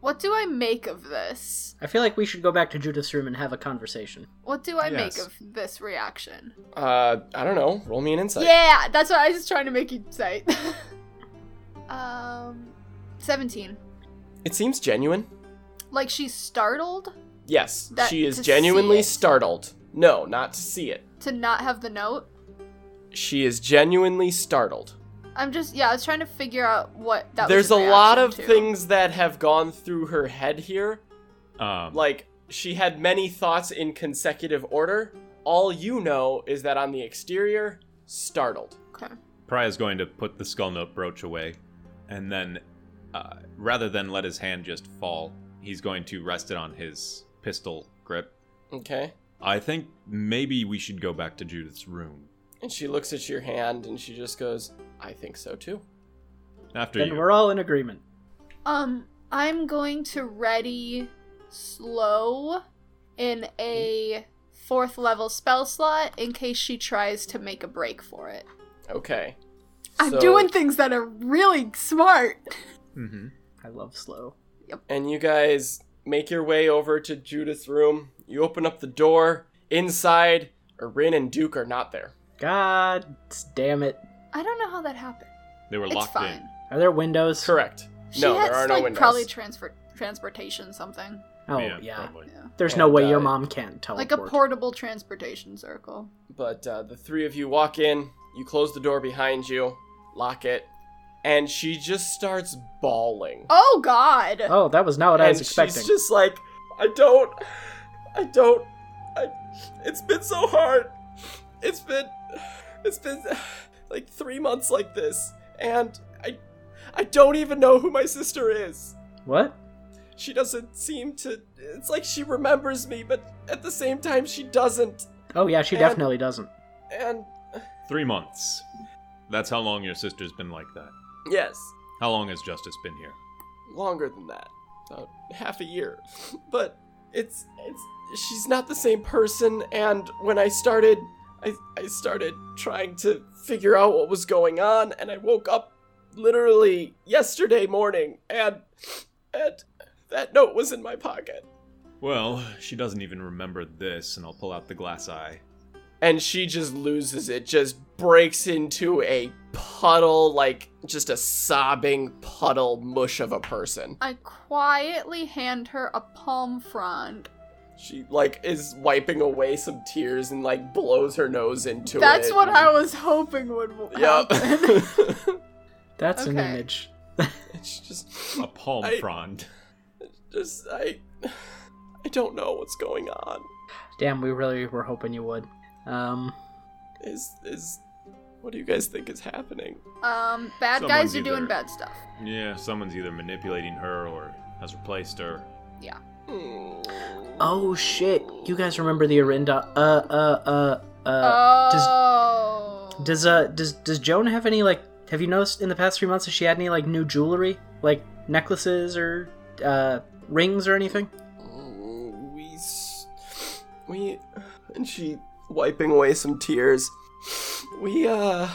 D: What do I make of this?
B: I feel like we should go back to Judith's room and have a conversation.
D: What do I
C: Yes.
D: make of this reaction?
A: Uh, I don't know. Roll me an insight.
D: yeah, that's what I was trying to make you say. um, seventeen.
A: It seems genuine.
D: Like she's startled
A: Yes,
D: That-
A: she is
D: to see
A: genuinely
D: it.
A: startled. No, not to see it.
D: to not have the note.
A: She is genuinely startled.
D: I'm just yeah, I was trying to figure out what that. was
A: There's a
D: your
A: lot of
D: reaction to.
A: things that have gone through her head here.
C: Um,
A: Like, she had many thoughts in consecutive order. All you know is that on the exterior, startled.
D: Okay.
C: Pry is going to put the skull note brooch away, and then, uh, rather than let his hand just fall, he's going to rest it on his pistol grip.
A: Okay.
C: I think maybe we should go back to Judith's room.
A: And she looks at your hand and she just goes, I think so too.
C: After
B: Then
C: you.
B: we're all in agreement.
D: Um, I'm going to ready slow in a fourth level spell slot in case she tries to make a break for it.
A: Okay.
D: I'm
A: So-
D: doing things that are really smart.
C: Mm-hmm.
B: I love slow.
A: and you guys make your way over to Judith's room. You open up the door. Inside, Rin and Duke are not there.
B: God damn it.
D: I don't know how that happened.
C: They were
D: It's
C: locked
D: fine.
C: in.
B: Are there windows?
A: Correct.
D: She
A: no,
D: had
A: there are no
D: like
A: windows.
D: probably transfer transportation something.
B: Oh,
C: yeah.
B: yeah.
C: Probably.
D: Yeah.
B: There's no
A: And,
B: way
A: uh,
B: your mom can't teleport.
D: Like a portable transportation circle.
A: But uh, the three of you walk in, you close the door behind you, lock it, and she just starts bawling.
D: Oh god.
B: Oh, that was not what I was
A: And
B: expecting.
A: She's just like, I don't, I don't, I, it's been so hard. It's been, it's been like three months like this, and I, I don't even know who my sister is.
B: What?
A: She doesn't seem to, it's like she remembers me, but at the same time, she doesn't.
B: Oh, yeah, she
A: And-
B: definitely doesn't.
A: And
C: Three months. That's how long your sister's been like that.
A: Yes,
C: How long has Justice been here?
A: longer than that, about half a year. But it's it's she's not the same person. And when I started, I I started trying to figure out what was going on, and I woke up literally yesterday morning, and and that note was in my pocket.
C: Well, she doesn't even remember this, and I'll pull out the glass eye.
A: and she just loses it just breaks into a puddle like just a sobbing puddle mush of a person
D: I quietly hand her a palm frond.
A: she like is wiping away some tears and like blows her nose into
D: That's
A: it
D: what I was hoping would w- happen.
A: yep
B: That's an
D: Okay.
B: image.
A: And she just
C: A palm
A: I-
C: frond.
A: just i i don't know what's going on
B: Damn, we really were hoping you would. Um,
A: is is what do you guys think is happening
D: um, bad
C: Someone's
D: guys are doing
C: either-
D: bad stuff.
C: Yeah, someone's either manipulating her or has replaced her.
A: Hmm.
B: oh shit, you guys remember the Arinda? Uh, uh, uh, uh.
D: oh.
B: does uh, does does Joan have any like? Have you noticed in the past three months has she had any like new jewelry, like necklaces or uh rings or anything?
A: Mm, we s- we and she wiping away some tears we uh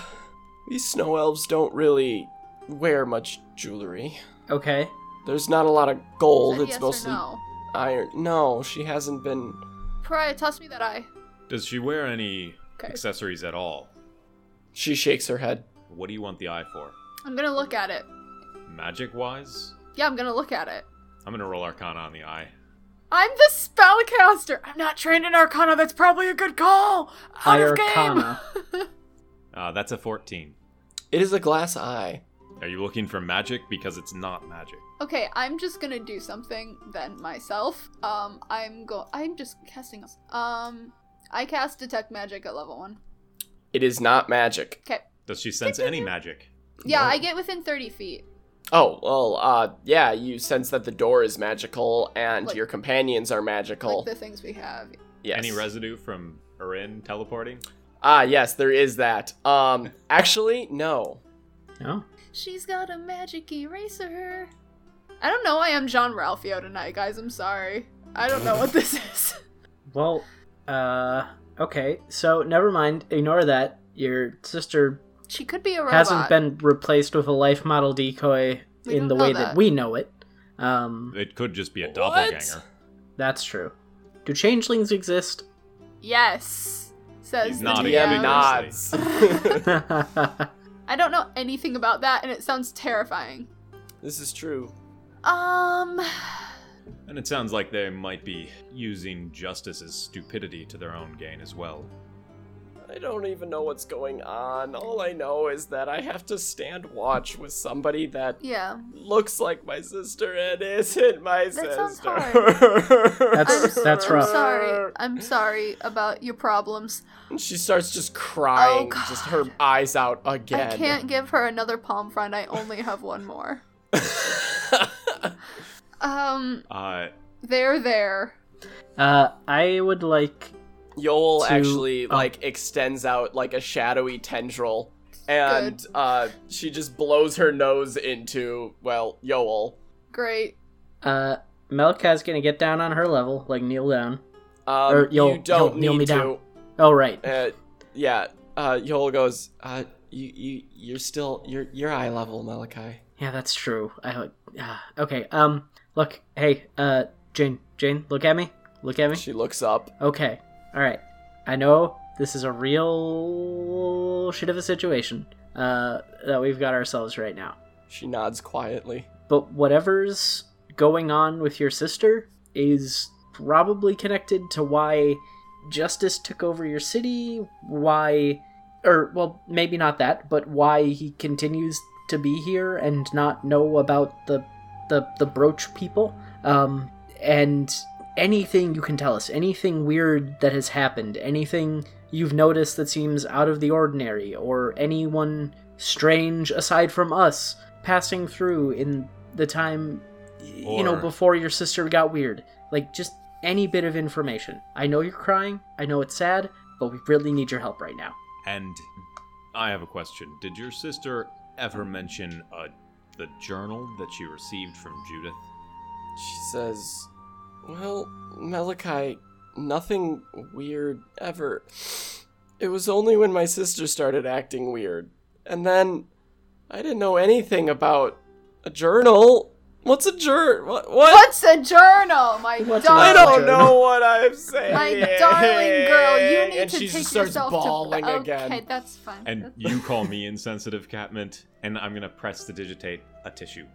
A: we snow elves don't really wear much jewelry
B: Okay.
A: there's not a lot of gold
D: Said
A: it's
D: yes
A: mostly
D: or no.
A: iron no she hasn't been
D: Pariah, toss me that eye.
C: Does she wear any
D: Okay.
C: accessories at all?
A: she shakes her head
C: What do you want the eye for?
D: I'm gonna look at it.
C: Magic wise?
D: Yeah, I'm gonna look at it.
C: I'm gonna roll Arcana on the eye.
D: I'm the spellcaster. I'm not trained in Arcana. That's probably a good call. Out of game.
B: Arcana.
C: Uh, that's a 14.
A: it is a glass eye
C: Are you looking for magic? Because it's not magic.
D: Okay, I'm just gonna do something then myself. Um, I'm go. I'm just casting. Um, I cast detect magic at level one.
A: it is not magic
D: Okay.
C: Does she sense any magic?
D: Yeah,
A: No.
D: I get within thirty feet.
A: oh well uh yeah you sense that the door is magical and
D: Like-
A: your companions are magical
D: Like the things we have.
A: yes
C: Any residue from Erin teleporting?
A: ah yes there is that um actually no
B: No.
D: She's got a magic eraser. I don't know. why I am John Ralphio tonight, guys. I'm sorry. I don't know what this is.
B: Well, uh, okay. So never mind. Ignore that. Your sister
D: She could be a robot.
B: hasn't been replaced with a life model decoy
D: We
B: in
D: don't
B: the
D: know
B: way
D: that.
B: that we know it. Um,
C: It could just be a
A: What?
C: doppelganger.
B: that's true. Do changelings exist?
D: Yes. Says
C: He's
D: the
C: nodding
D: DM.
A: DM nods.
B: Uh,
D: I don't know anything about that, and it sounds terrifying.
A: this is true.
D: Um,
C: And it sounds like they might be using Justice's stupidity to their own gain as well.
A: I don't even know what's going on. All I know is that I have to stand watch with somebody that
D: yeah.
A: looks like my sister and isn't my
D: That sounds
A: sister.
B: That's- that's
D: I'm
B: rough.
D: sorry. I'm sorry about your problems.
A: And she starts just crying,
D: Oh,
A: just her
D: God.
A: eyes out again.
D: I can't give her another palm frond. I only have one more. Um,
C: Uh,
D: they're there.
B: uh, I would like.
A: Yoel
B: To-
A: actually
B: oh.
A: like extends out like a shadowy tendril, and uh, she just blows her nose into well Yoel.
D: Great.
B: Uh, Melka's gonna get down on her level, like kneel down.
A: Um,
B: Or Yoel-
A: you don't
B: Yoel, kneel
A: need
B: me
A: to.
B: down. Oh right.
A: uh, yeah. Uh, Yoel goes. Uh, you you you're still you're you're eye level, Malachi.
B: Yeah, that's true. I would- ah, okay. Um, look, hey, uh, Jane, Jane, look at me, look at me.
A: She looks up.
B: Okay, all right. I know this is a real shit of a situation uh, that we've got ourselves right now.
A: She nods quietly.
B: But whatever's going on with your sister is probably connected to why Justice took over your city, why, or, well, maybe not that, but why he continues to be here and not know about the, the, the brooch people. Um, and anything you can tell us, anything weird that has happened, anything you've noticed that seems out of the ordinary, or anyone strange aside from us passing through in the time y- you know
C: Or-
B: before your sister got weird like just any bit of information i know you're crying i know it's sad but we really need your help right now
C: and I have a question. Did your sister ever mention uh, the journal that she received from Judith?
A: She says, Well, Malachi, nothing weird ever. It was only when my sister started acting weird. And then I didn't know anything about a journal. What's a jour? What? what?
D: What's a journal, my
B: What's
D: darling?
A: I
B: I
A: don't
B: don't
A: know what I'm saying.
D: My darling girl, you need
A: and
D: to
A: she
D: take
A: just starts
D: yourself
A: bawling
D: to okay,
A: again.
D: Okay, that's fine.
C: And
D: That's-
C: you call me insensitive, Catmint, and I'm gonna press to digitate a tissue.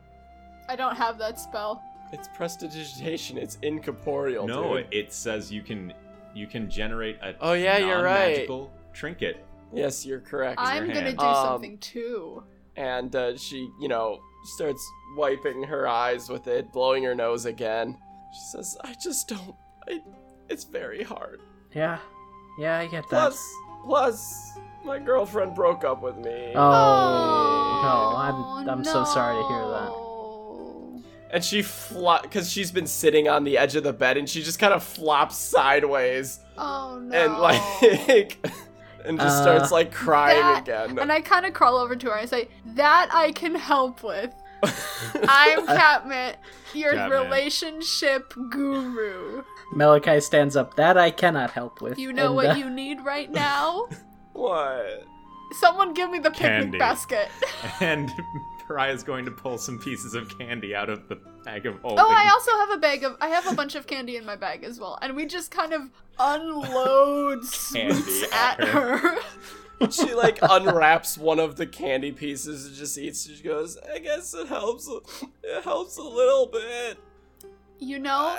D: I don't have that spell.
A: It's prestidigitation. It's incorporeal.
C: no,
A: dude.
C: it, it says you can you can generate a
A: Oh, yeah, you're right.
C: non-magical trinket.
A: Yes, you're correct.
D: I'm gonna
C: hand.
D: do
A: Um,
D: something too.
A: and uh, she, you know, starts wiping her eyes with it, blowing her nose again. She says, "I just don't. I, it's very hard.
B: Yeah. Yeah, I get that.
A: Plus, plus, my girlfriend broke up with me,
B: Oh, no, oh, I'm- I'm so sorry to hear that.
D: that.
A: and she flop because she's been sitting on the edge of the bed, and she just kind of flops sideways
D: Oh no.
A: and like." And just
B: Uh,
A: starts like crying
D: That-
A: again.
D: And I kind of crawl over to her and I say, "That I can help with. I'm Catmint, your
C: Catmint.
D: relationship guru.
B: Malachi stands up. That I cannot help with.
D: You know
B: And,
D: what
B: uh,
D: you need right now?
A: what?
D: Someone give me the picnic
C: Candy.
D: basket.
C: And Pariah's going to pull some pieces of candy out of the bag of holding.
D: Oh, I also have a bag of. I have a bunch of candy in my bag as well, and we just kind of unload sweets
C: at
D: at
C: her.
D: her.
A: she like unwraps one of the candy pieces and just eats. She goes, "I guess it helps. a- It helps a little bit."
D: You know,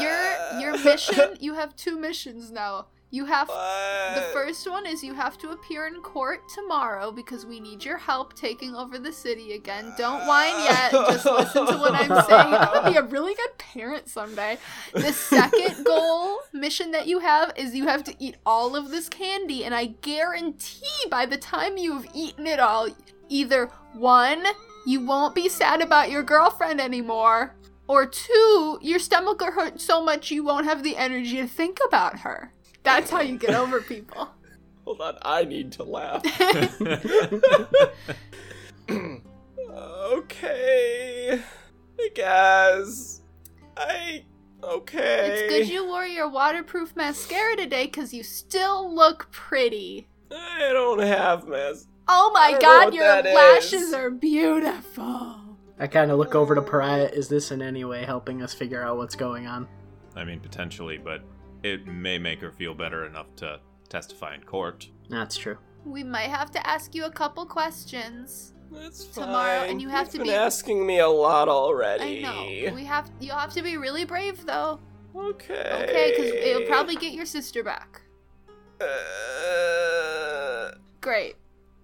D: your your mission. You have two missions now. You have the
A: The
D: first one is you have to appear in court tomorrow because we need your help taking over the city again. Don't whine yet. Just listen to what I'm saying. I'm gonna be a really good parent someday. The second goal mission that you have is you have to eat all of this candy, and I guarantee by the time you've eaten it all, either one, you won't be sad about your girlfriend anymore, or two, your stomach will hurt so much you won't have the energy to think about her. That's how you get over people.
A: Hold on, I need to laugh. okay, I guess I okay.
D: It's good you wore your waterproof mascara today because you still look pretty.
A: I don't have mess.
D: Oh
A: I
D: my
A: don't know
D: god,
A: what
D: your
A: that
D: lashes
A: is.
D: are beautiful.
B: I kind of look over to Pariah. Is this in any way helping us figure out what's going on?
C: I mean, potentially, but it may make her feel better enough to testify in court.
B: That's true.
D: We might have to ask you a couple questions.
A: That's fine.
D: Tomorrow, and you have
A: You've
D: to
A: been
D: be-
A: asking me a lot
D: I
A: already.
D: know. We have you have to be really brave though.
A: Okay.
D: Okay, because it'll probably get your sister back.
A: Uh,
D: Great.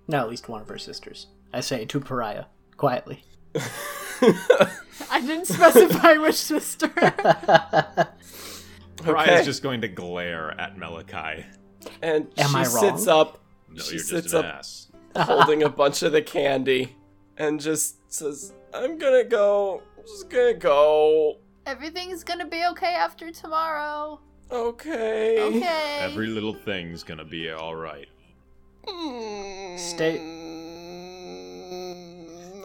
B: No, at least one of her sisters. I say to Pariah, quietly.
D: I didn't specify which sister.
C: Pariah's
A: Okay.
C: just going to glare at Malachi.
A: and
B: Am
A: she
B: I wrong?
A: sits up,
C: No,
A: She
C: you're
A: sits
C: just an
A: up-
C: ass.
A: holding a bunch of the candy, and just says, "I'm gonna go. I'm just gonna go.
D: Everything's gonna be okay after tomorrow.
A: Okay.
D: Okay.
C: Every little thing's gonna be alright.
A: Hmm. Stay.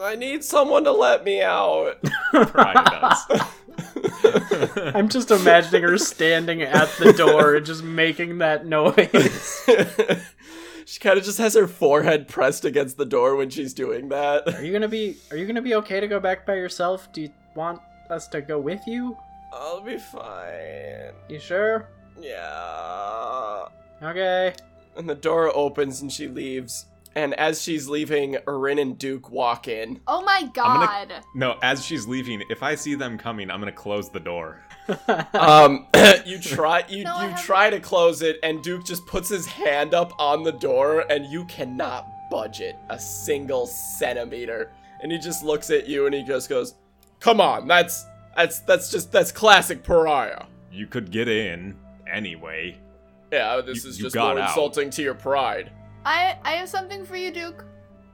A: I need someone to let me out.
C: Pariah does.
B: I'm just imagining her standing at the door and just making that noise.
A: she kind of just has her forehead pressed against the door when she's doing
B: Are
A: that.
B: you gonna be? Are you gonna be okay to go back by yourself? Do you want us to go with you?
A: I'll be fine.
B: You sure?
A: Yeah.
B: Okay.
A: And the door opens and she leaves. And as she's leaving, Erin and Duke walk in.
D: oh my
C: gonna-
D: god.
C: no, as she's leaving, if I see them coming, I'm gonna close the door.
A: Um, you try you,
D: No, I
A: you
D: haven't-
A: try to close it, and Duke just puts his hand up on the door, and you cannot budge it a single centimeter. And he just looks at you, and he just goes, "Come on, that's that's that's just that's classic pariah."
C: You could get in anyway.
A: Yeah, this
C: You-
A: is
C: you
A: just
C: got
A: more
C: out.
A: insulting to your pride.
D: I I have something for you, Duke.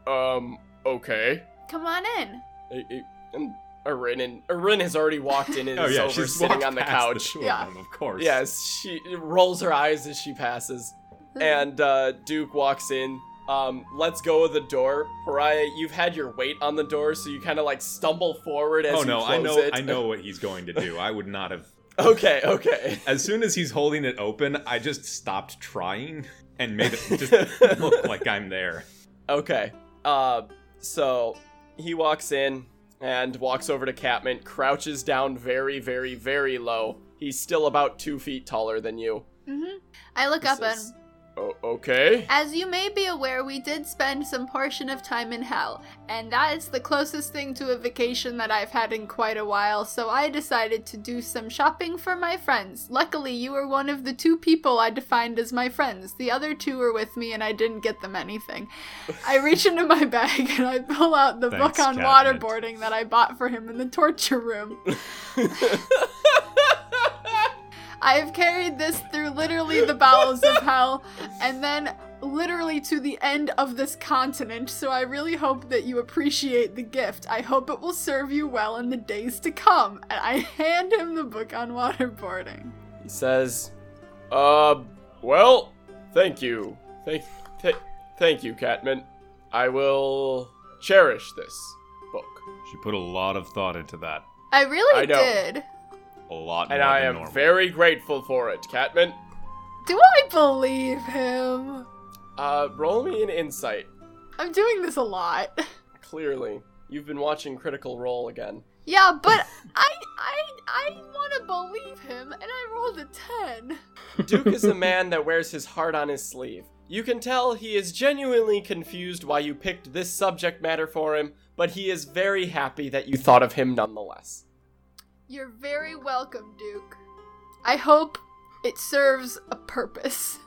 A: Um, okay.
D: Come on in.
A: I- I- And Erin and Erin has already walked in and is over sitting
C: Oh, walked
A: on the
C: past
A: couch.
C: two of
D: Yeah.
C: them, of course.
D: Mm-hmm.
A: Yes, she rolls her eyes as she passes. And uh, Duke walks in um, lets go of the door. Pariah, you've had your weight on the door, so you kind of like stumble forward as
C: oh
A: you
C: no,
A: close
C: I know,
A: it.
C: I know what he's going to do. I would not have.
A: Okay, okay.
C: As soon as he's holding it open, I just stopped trying and made it just look like I'm there.
A: Okay. Uh, so he walks in and walks over to Catman, crouches down very, very, very low. He's still about two feet taller than you.
D: hmm I look
A: He
D: up and
A: says, "O- okay.
D: As you may be aware, we did spend some portion of time in hell, and that is the closest thing to a vacation that I've had in quite a while, so I decided to do some shopping for my friends. Luckily, you were one of the two people I defined as my friends. The other two were with me, and I didn't get them anything. I reach into my bag and I pull out the
C: Thanks,
D: book on
C: Catnip.
D: waterboarding that I bought for him in the torture room. I have carried this through literally the bowels of hell and then literally to the end of this continent, so I really hope that you appreciate the gift. I hope it will serve you well in the days to come. And I hand him the book on waterboarding.
A: He says, uh, well, thank you. Thank, th- thank you, Catman. I will cherish this book.
C: She put a lot of thought into that.
D: I really
A: I know.
D: did.
C: A lot
A: And
C: more
A: I
C: than
A: am
C: normal.
A: very grateful for it, Catman.
D: Do I believe him?
A: Uh, roll me an insight.
D: I'm doing this a lot.
A: Clearly, you've been watching Critical Role again.
D: Yeah, but I I I want to believe him and I rolled a 10.
A: Duke is a man that wears his heart on his sleeve. You can tell he is genuinely confused why you picked this subject matter for him, but he is very happy that you thought of him nonetheless.
D: You're very welcome, Duke. I hope it serves a purpose.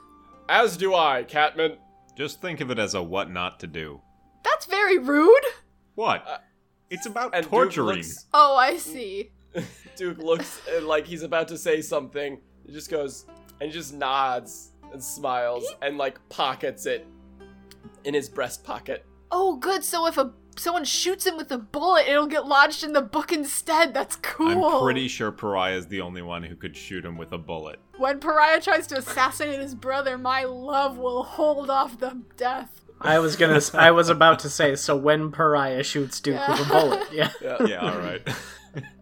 A: As do I, Catman.
C: Just think of it as a what not to do.
D: That's very rude.
C: What?
A: Uh,
C: it's about
A: And
C: torturing.
A: Duke looks,
D: Oh, I see.
A: Duke looks uh, like he's about to say something. He just goes and just nods and smiles and like pockets it in his breast pocket.
D: Oh, good. So if a someone shoots him with a bullet, it'll get lodged in the book instead. That's cool.
C: I'm pretty sure Pariah is the only one who could shoot him with a bullet.
D: When Pariah tries to assassinate his brother, my love will hold off the death.
B: I was gonna. s- I was about to say. So when Pariah shoots Duke with a bullet, yeah.
A: Yeah.
C: Yeah, all right.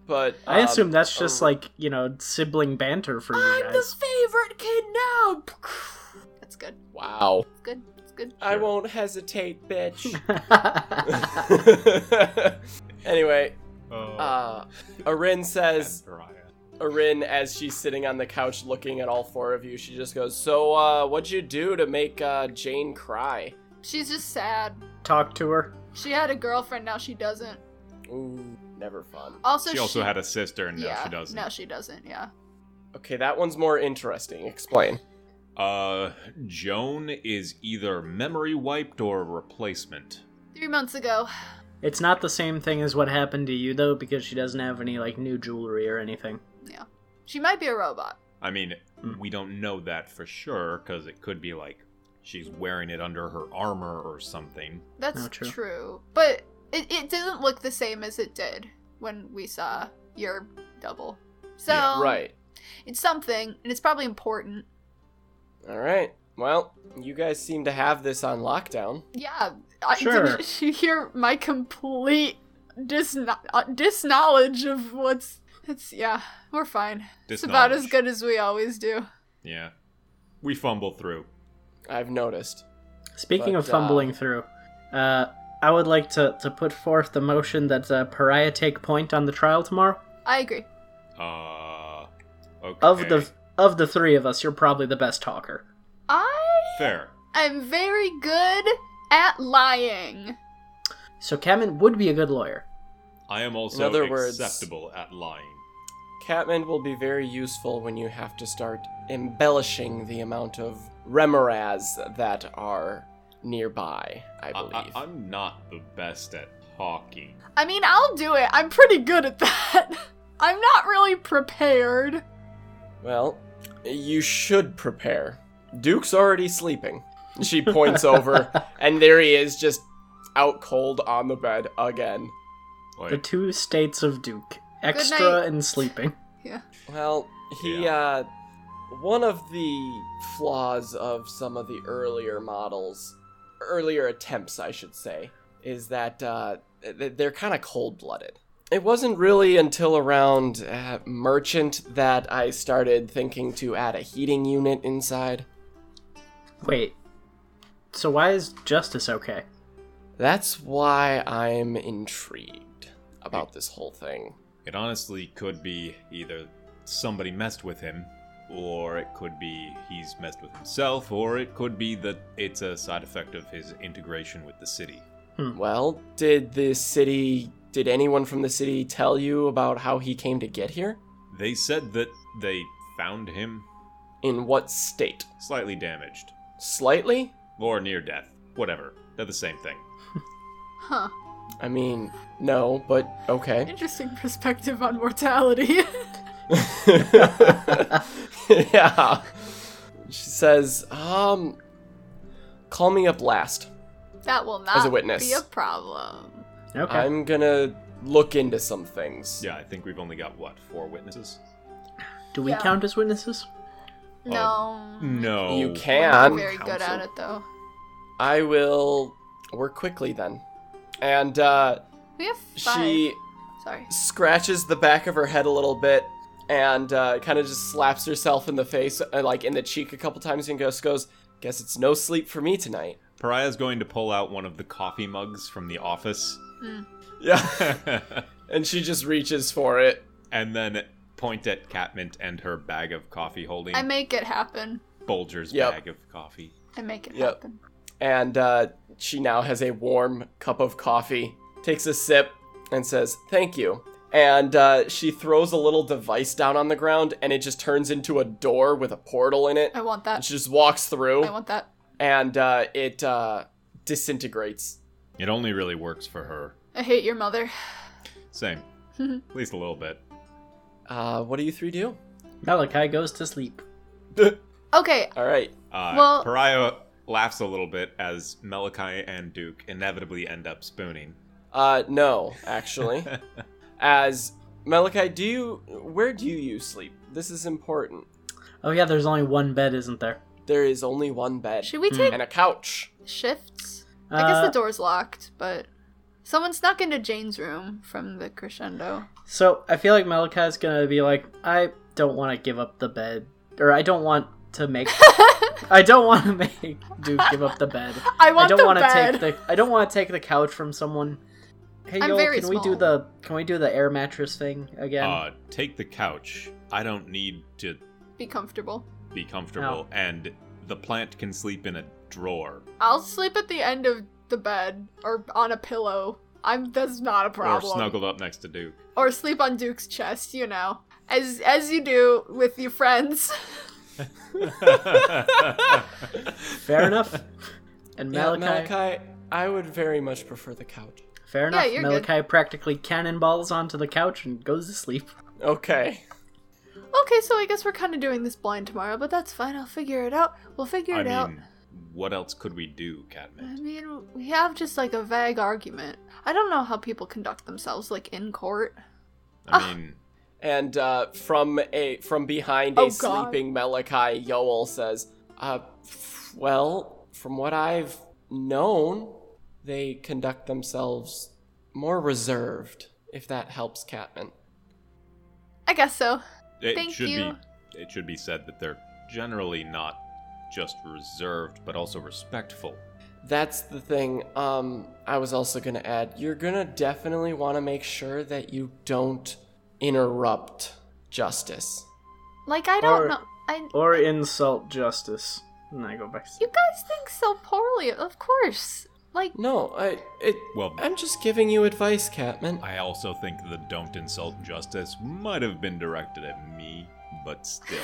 A: But
B: I
A: um,
B: assume that's
A: a-
B: just like you know sibling banter for you
D: I'm the
B: guys.
D: favorite kid now. That's good.
A: wow.
D: It's good. It's good.
A: I
C: Sure.
A: won't hesitate, bitch.
B: I
A: anyway,
C: Oh,
A: uh, Arin says,
C: Pariah.
A: Arin, as she's sitting on the couch looking at all four of you, she just goes, So, uh, what'd you do to make uh, Jane cry?
D: She's just sad.
B: Talk to her.
D: She had a girlfriend. Now she doesn't.
A: Ooh, never fun.
D: Also,
C: she also had a sister, and now
D: yeah,
C: she doesn't.
D: Now she doesn't. Yeah.
A: Okay, that one's more interesting. Explain.
C: Uh, Joan is either memory wiped or a replacement.
D: Three months ago.
B: It's not the same thing as what happened to you though, because she doesn't have any like new jewelry or anything.
D: She might be a robot.
C: I mean,
B: Hmm.
C: we don't know that for sure because it could be like she's wearing it under her armor or something.
D: That's
B: Oh, true.
D: true. But it, it doesn't look the same as it did when we saw your double. So
C: Yeah,
A: right.
D: it's something, and it's probably important.
A: All right. Well, you guys seem to have this on lockdown.
D: Yeah. I,
B: Sure.
D: Did you hear my complete disno- uh, disknowledge of what's. It's, yeah, we're fine. It's about as
C: Disknowledge.
D: good as we always do.
C: Yeah, we fumble through.
A: I've noticed.
B: Speaking
A: But,
B: of
A: uh,
B: fumbling through, uh, I would like to, to put forth the motion that uh, Pariah take point on the trial tomorrow.
D: I agree.
C: Uh, okay.
B: Of the of the three of us, you're probably the best talker.
D: I
C: fair,
D: am very good at lying.
B: So Kamen would be a good lawyer.
C: I am also
A: In other words-
C: acceptable at lying.
A: Catman will be very useful when you have to start embellishing the amount of remoras that are nearby, I
C: I,
A: believe.
C: I, I'm not the best at talking.
D: I mean, I'll do it. I'm pretty good at that. I'm not really prepared.
A: Well, you should prepare. Duke's already sleeping. She points over, and there he is, just out cold on the bed again.
C: Like,
B: The two states of Duke: extra
D: night.
B: and sleeping.
A: Well, he, uh, one of the flaws of some of the earlier models earlier attempts, I should say, is that uh, th- they're kind of cold blooded. It wasn't really until around uh, Merchant that I started thinking to add a heating unit inside.
B: Wait. So why is justice okay?
A: That's why I'm intrigued about this whole thing.
C: It honestly could be either somebody messed with him, or it could be he's messed with himself, or it could be that it's a side effect of his integration with the city.
A: Well, did the city. Did anyone from the city tell you about how he came to get here?
C: They said that they found him
A: In what state?
C: slightly damaged,
A: Slightly?
C: or near death, whatever. They're the same thing.
D: Huh.
A: I mean, no, but okay.
D: Interesting perspective on mortality.
A: yeah. She says, um, call me up last.
D: that will not
A: As a witness. Oh.
D: be a problem.
B: Okay.
A: I'm gonna look into some things.
C: Yeah, I think we've only got, what, four witnesses?
B: Do we
D: Yeah.
B: count as witnesses?
D: No.
C: No.
A: You
D: We're
A: can.
D: not very good
C: Counsel.
D: at it though.
A: I will work quickly then. And, uh,
D: We have five.
A: she
D: Sorry.
A: scratches the back of her head a little bit and uh, kind of just slaps herself in the face, uh, like in the cheek a couple times, and just goes, Guess it's no sleep for me tonight.
C: Pariah's going to pull out one of the coffee mugs from the office.
D: Hmm.
A: Yeah. and she just reaches for it.
C: and then point at Catmint and her bag of coffee holding
D: I make it happen.
C: Bulger's
A: Yep.
C: bag of coffee.
D: I make it
A: Yep.
D: happen.
A: and uh, she now has a warm cup of coffee, takes a sip, and says, Thank you. And uh, she throws a little device down on the ground, and it just turns into a door with a portal in it.
D: I
A: And
D: want that.
A: she just walks through,
D: I want that.
A: and uh, it uh, disintegrates.
C: It only really works for her.
D: I hate your mother.
C: Same. at least a little bit.
A: Uh, what do you three do?
B: Malachi goes to sleep.
D: Okay,
A: All right.
C: Uh,
D: Well-
C: Pariah laughs a little bit as Malachi and Duke inevitably end up spooning.
A: Uh, no, actually. As Malachi, do you. Where do you sleep? This is important.
B: Oh yeah, there's only one bed, isn't there?
A: There is only one bed
D: should we
B: Hmm.
D: take
A: and a couch.
D: shifts? I guess
B: Uh,
D: the door's locked, but someone snuck into Jane's room from the crescendo.
B: Uh, So I feel like Malachi's gonna be like, I don't want to give up the bed, or I don't want to make, I don't want to make Duke give up the bed.
D: I want
B: I don't
D: the
B: wanna
D: bed.
B: take the, I don't want to take the couch from someone. Hey
D: I'm
B: yo,
D: very
B: can we do
D: small.
B: the, can we do the air mattress thing again?
C: Uh, take the couch. I don't need to
D: Be comfortable.
C: be comfortable, and the plant can sleep in a drawer
D: I'll sleep at the end of the bed or on a pillow. I'm that's not a problem.
C: or snuggled up next to Duke.
D: Or sleep on Duke's chest, you know. As as you do with your friends.
B: Fair enough. And
A: Yeah,
B: Malachi,
A: Malachi, I would very much prefer the couch.
B: fair
D: Yeah,
B: enough.
D: you're good.
B: Malachi practically cannonballs onto the couch and goes to sleep.
A: Okay.
D: Okay, so I guess we're kind of doing this blind tomorrow, but that's fine. I'll figure it out. We'll figure
C: I
D: it out. Um,
C: mean, what else could we do,
D: I
C: Catmint?
D: mean, we have just like a vague argument. I don't know how people conduct themselves like in court. ah,
C: I mean,
A: And uh, from a from behind a
D: Oh, God.
A: sleeping Malachi, Yoel says, uh, f- "Well, from what I've known, they conduct themselves more reserved. If that helps, Catman."
D: I guess so.
C: it
D: Thank
C: should
D: you.
C: be it should be said that they're generally not just reserved, but also respectful.
A: That's the thing. Um, I was also gonna add, you're gonna definitely want to make sure that you don't interrupt justice.
D: Like I don't
B: Or-
D: know. I
B: Or insult justice. And I go back to
D: you
B: sleep.
D: guys think so poorly. Of course. Like
A: No, I it.
C: Well-
A: I'm just giving you advice, Catman.
C: I also think the "Don't insult justice" might have been directed at me, but still.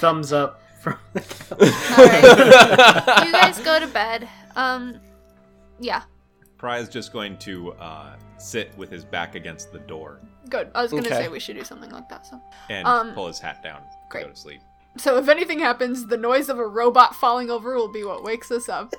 B: Thumbs up from the couch.
D: you guys go to bed. Um, yeah,
C: Pry is just going to uh, sit with his back against the door
D: good. I was gonna
A: Okay.
D: say we should do something like that. So,
C: and
D: Um,
C: pull his hat down. to
D: great.
C: Go to sleep.
D: so if anything happens, the noise of a robot falling over will be what wakes us up.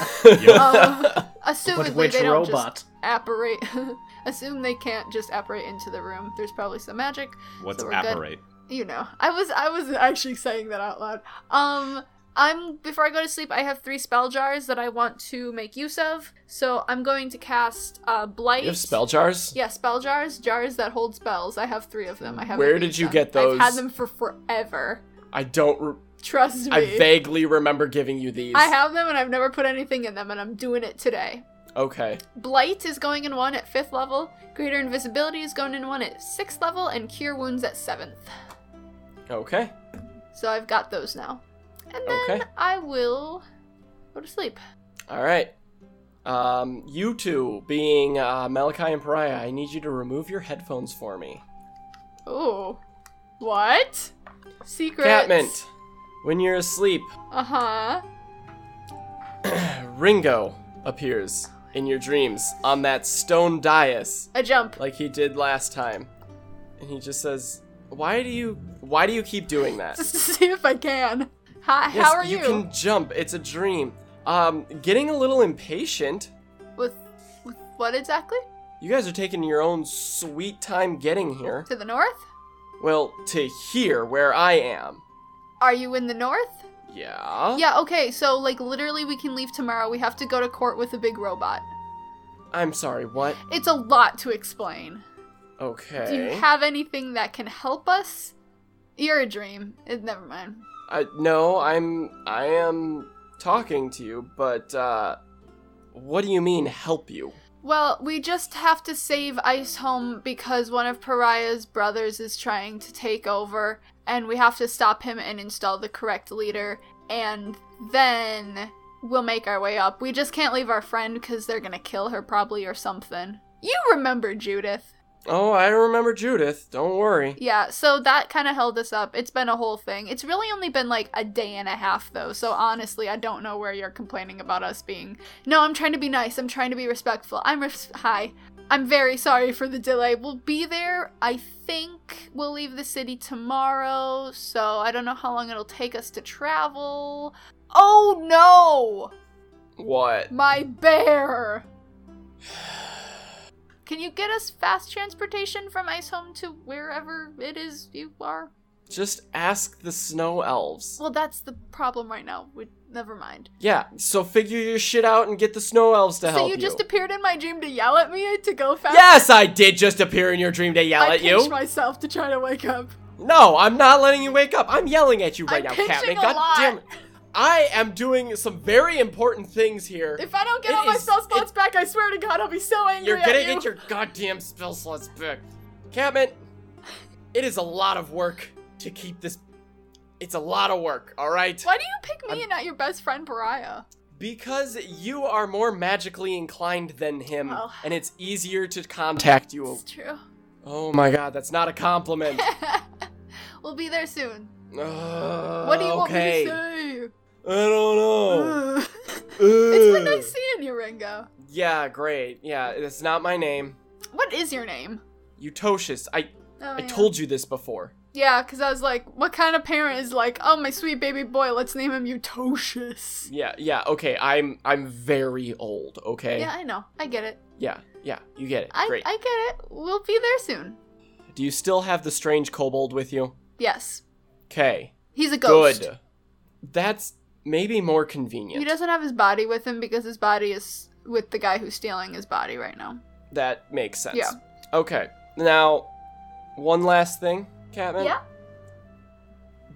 D: Um,
B: But
D: assumedly
B: which
D: they don't
B: robot?
D: just apparate. assume they can't just apparate into the room. There's probably some magic.
C: What's
D: so we're good.
C: apparate?
D: You know, I was I was actually saying that out loud. Um, I'm before I go to sleep, I have three spell jars that I want to make use of. So I'm going to cast uh, blight.
A: You have spell jars?
D: Yeah, spell jars, jars that hold spells. I have three of them. I have.
A: Where did you get
D: I've had
A: those?
D: them for forever.
A: I don't. Re-
D: Trust me.
A: I vaguely remember giving you these.
D: I have them and I've never put anything in them, and I'm doing it today.
A: Okay.
D: Blight is going in one at fifth level. Greater invisibility is going in one at sixth level, and cure wounds at seventh.
A: Okay.
D: So I've got those now. And then
A: Okay.
D: I will go to sleep.
A: All right. Um, you two, being uh, Malachi and Pariah, I need you to remove your headphones for me.
D: Oh. What? Secrets.
A: Catmint, when you're asleep,
D: Uh huh.
A: Ringo appears in your dreams on that stone dais
D: A jump.
A: like he did last time. And he just says, "Why do you why do you keep doing that?"
D: Just to see if I can. Hi,
A: Yes,
D: how are you?
A: can jump. It's a dream. Um, getting a little impatient.
D: With, with what exactly?
A: You guys are taking your own sweet time getting here.
D: To the north?
A: Well, to here where I am.
D: Are you in the north?
A: Yeah.
D: Yeah, okay, so like literally we can leave tomorrow. We have to go to court with a big robot.
A: I'm sorry, what?
D: It's a lot to explain.
A: Okay.
D: Do you have anything that can help us? You're a dream. It, never mind.
A: I, no, I'm I am talking to you, but uh what do you mean help you?
D: Well, we just have to save Ice Home because one of Pariah's brothers is trying to take over, and we have to stop him and install the correct leader, and then we'll make our way up. We just can't leave our friend because they're gonna kill her probably or something. You remember Judith.
A: Oh, I remember Judith. Don't worry.
D: Yeah, so that kind of held us up. It's been a whole thing. It's really only been like a day and a half, though, so honestly, I don't know where you're complaining about us being. No, I'm trying to be nice. I'm trying to be respectful. I'm res- hi. I'm very sorry for the delay. We'll be there. I think we'll leave the city tomorrow, so I don't know how long it'll take us to travel. Oh no!
A: What?
D: My bear! Can you get us fast transportation from Ice Home to wherever it is you are?
A: Just ask the snow elves.
D: Well, that's the problem right now. We never mind.
A: Yeah, so figure your shit out and get the snow elves to
D: so
A: help
D: you
A: you.
D: just appeared in my dream to yell at me to go fast.
A: yes, I did just appear in your dream to yell
D: I
A: at
D: pinched
A: you.
D: myself to try to wake up.
A: No, I'm not letting you wake up. I'm yelling at you right
D: I'm
A: now,
D: pinching
A: Catman.
D: a
A: God
D: lot.
A: damn it. I am doing some very important things here.
D: If I don't get
A: It
D: all my
A: is-
D: spell spots back, I swear to God, I'll be so angry
A: You're
D: at
A: gonna
D: you.
A: get your goddamn spell slots back. Catman, it is a lot of work to keep this. It's a lot of work, alright?
D: Why do you pick me
A: I'm-
D: and not your best friend Pariah?
A: Because you are more magically inclined than him,
D: Oh.
A: and it's easier to contact you.
D: It's true.
A: Oh my god, that's not a compliment. Uh,
D: we'll be there soon.
A: Ugh,
D: What do you
A: okay.
D: want me to say?
A: I don't know.
D: Ugh. it's been
A: Ugh.
D: nice seeing you, Ringo.
A: Yeah, great. Yeah, it's not my name.
D: What is your name?
A: Eutoshis. I
D: Oh,
A: I
D: yeah.
A: told you this before.
D: Yeah, because I was like, what kind of parent is like, oh, my sweet baby boy, let's name him Utocious?
A: Yeah, yeah. Okay, I'm I'm very old. Okay.
D: Yeah, I know. I get it.
A: yeah. yeah, you get it.
D: I,
A: great.
D: I get it. We'll be there soon.
A: Do you still have the strange kobold with you?
D: Yes.
A: Okay.
D: He's a ghost.
A: Good. That's maybe more convenient.
D: He doesn't have his body with him because his body is with the guy who's stealing his body right now.
A: That makes sense.
D: Yeah.
A: Okay. Now, one last thing, Catman.
D: Yeah?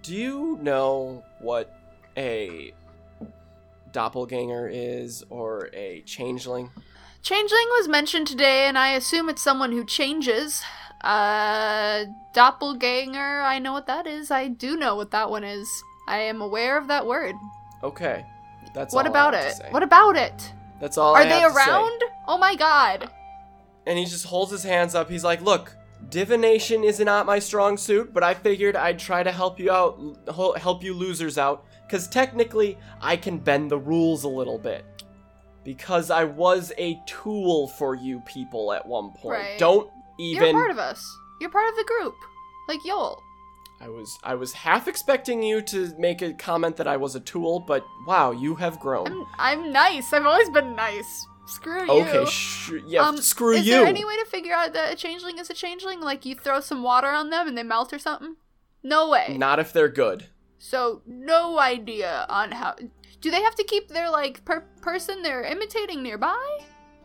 A: Do you know what a doppelganger is or a changeling?
D: Changeling was mentioned today, and I assume it's someone who changes. Uh, doppelganger, I know what that is. I do know what that one is. I am aware of that word.
A: Okay. That's
D: what
A: all I
D: about
A: have to
D: it?
A: say.
D: What about it?
A: That's all.
D: Are
A: I
D: they
A: have to say.
D: around? Oh my god.
A: And he just holds his hands up. He's like, "Look, divination is not my strong suit, but I figured I'd try to help you out, hel- help you losers out, because technically I can bend the rules a little bit." Because I was a tool for you people at one point.
D: Right.
A: Don't
D: You're
A: even
D: part of us. You're part of the group. Like Yol.
A: I was I was half expecting you to make a comment that I was a tool, but wow, you have grown.
D: I'm I'm nice. I've always been nice. Screw you.
A: okay, sh- yeah,
D: Um,
A: screw
D: is
A: you.
D: there any way to figure out that a changeling is a changeling? Like you throw some water on them and they melt or something? No way.
A: Not if they're good.
D: So no idea on how. Do they have to keep their like per- person they're imitating nearby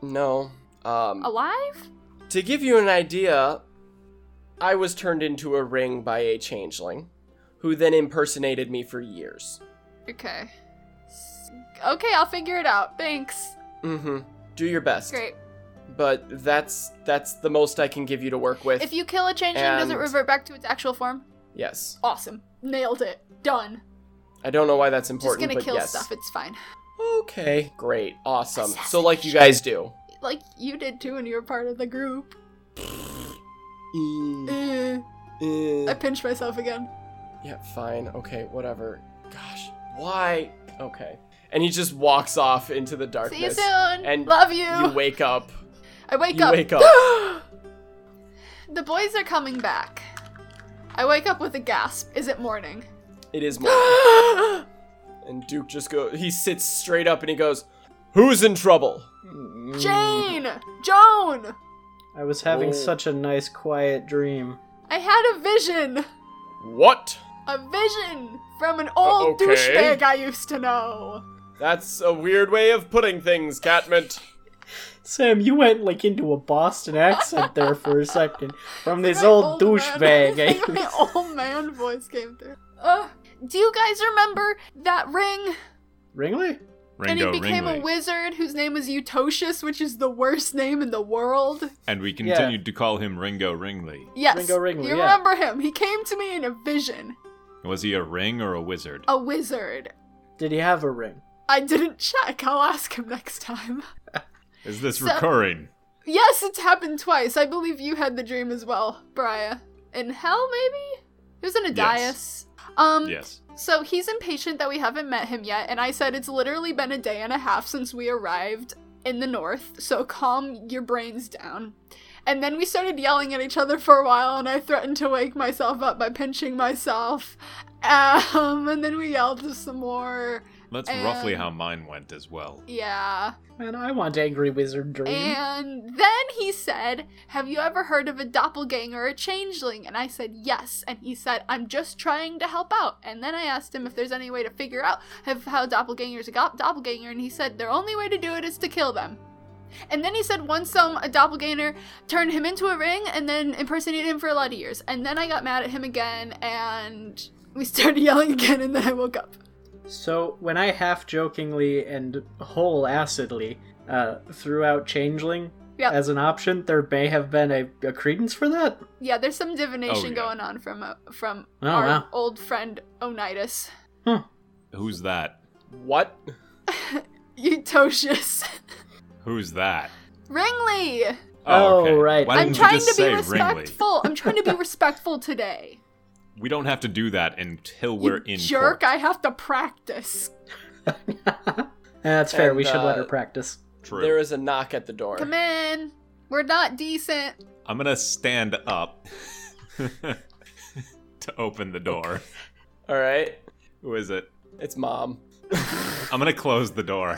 A: No. Um,
D: alive?
A: to give you an idea, I was turned into a ring by a changeling, who then impersonated me for years.
D: Okay. S- Okay, I'll figure it out. Thanks.
A: Mm-hmm. Do your best.
D: Great.
A: But that's that's the most I can give you to work with.
D: If you kill a changeling, does it
A: And-
D: revert back to its actual form?
A: yes.
D: Awesome. Nailed it. Done.
A: I don't know why that's important,
D: Just gonna
A: but
D: kill
A: yes.
D: stuff. It's fine.
A: Okay. Great. Awesome. So like you guys do.
D: Like you did too when you were part of the group.
A: Mm,
D: Eh.
A: eh.
D: I pinched myself again.
A: Yeah, fine. Okay, whatever. Gosh, why? Okay. And he just walks off into the darkness.
D: See you soon.
A: And
D: Love you.
A: You wake up.
D: I wake
A: you
D: up.
A: wake up.
D: the boys are coming back. I wake up with a gasp. Is it morning?
A: It is morning. Mm. and Duke just goes, he sits straight up and he goes, Who's in trouble?
B: Mm,
D: Jane! Joan!
B: I was having
A: Oh.
B: such a nice, quiet dream.
D: I had a vision!
A: What?
D: A vision from an old
A: Uh, okay.
D: douchebag I used to know.
A: That's a weird way of putting things, Catmint.
B: Sam, you went like into a Boston accent there for a second. From this
D: My
B: old,
D: man-
B: douchebag.
D: I
B: eh?
D: think my old man voice came through. Ugh. do you guys remember that ring?
B: Ringley?
D: and he
C: Ringo
D: became
C: Ringley.
D: a wizard whose name was Eutocius, which is the worst name in the world.
C: and we
B: Yeah.
C: continued to call him Ringo Ringley.
D: Yes.
B: Ringo Ringley,
D: you
B: yeah.
D: remember him. He came to me in a vision.
C: Was he a ring or a wizard?
D: A wizard.
B: Did he have a ring?
D: I didn't check. I'll ask him next time.
C: Is this
D: so-
C: recurring?
D: Yes, it's happened twice. I believe you had the dream as well, Briar. In hell, maybe? He was in a
C: Yes.
D: dais. Um,
C: Yes.
D: so he's impatient that we haven't met him yet, and I said it's literally been a day and a half since we arrived in the north, so calm your brains down. And then we started yelling at each other for a while, and I threatened to wake myself up by pinching myself. Um, and then we yelled some more.
C: That's roughly
D: and-
C: how mine went as well.
D: Yeah.
B: Man, I want angry wizard dream.
D: And then he said, Have you ever heard of a doppelganger or a changeling? And I said, Yes. And he said, I'm just trying to help out. And then I asked him if there's any way to figure out have, how doppelgangers got doppelganger. And he said, Their only way to do it is to kill them. And then he said, Once some a doppelganger turned him into a ring and then impersonated him for a lot of years. And then I got mad at him again and we started yelling again. And then I woke up.
B: So when I half jokingly and whole acidly uh, threw out changeling
D: Yep.
B: as an option, there may have been a, a credence for that.
D: Yeah, there's some divination
C: yeah.
D: going on from uh, from
B: Oh,
D: our
B: wow.
D: old friend Onidas.
C: Who's that?
A: What?
D: Eutocious.
C: Who's that?
D: Ringly!
B: Oh,
C: okay.
B: right.
C: Why
D: I'm
C: didn't you
D: trying
C: just
D: to be
C: say Ringley?
D: respectful. I'm trying to be respectful today.
C: We don't have to do that until we're
D: you
C: in
D: jerk,
C: court.
D: I have to practice.
B: Eh, That's fair. we
A: And,
B: should let
A: uh,
B: her practice.
C: True.
A: There is a knock at the door.
D: Come in. We're not decent.
C: I'm gonna stand up to open the door.
A: All right.
C: Who is it?
A: It's mom.
C: I'm gonna close the door.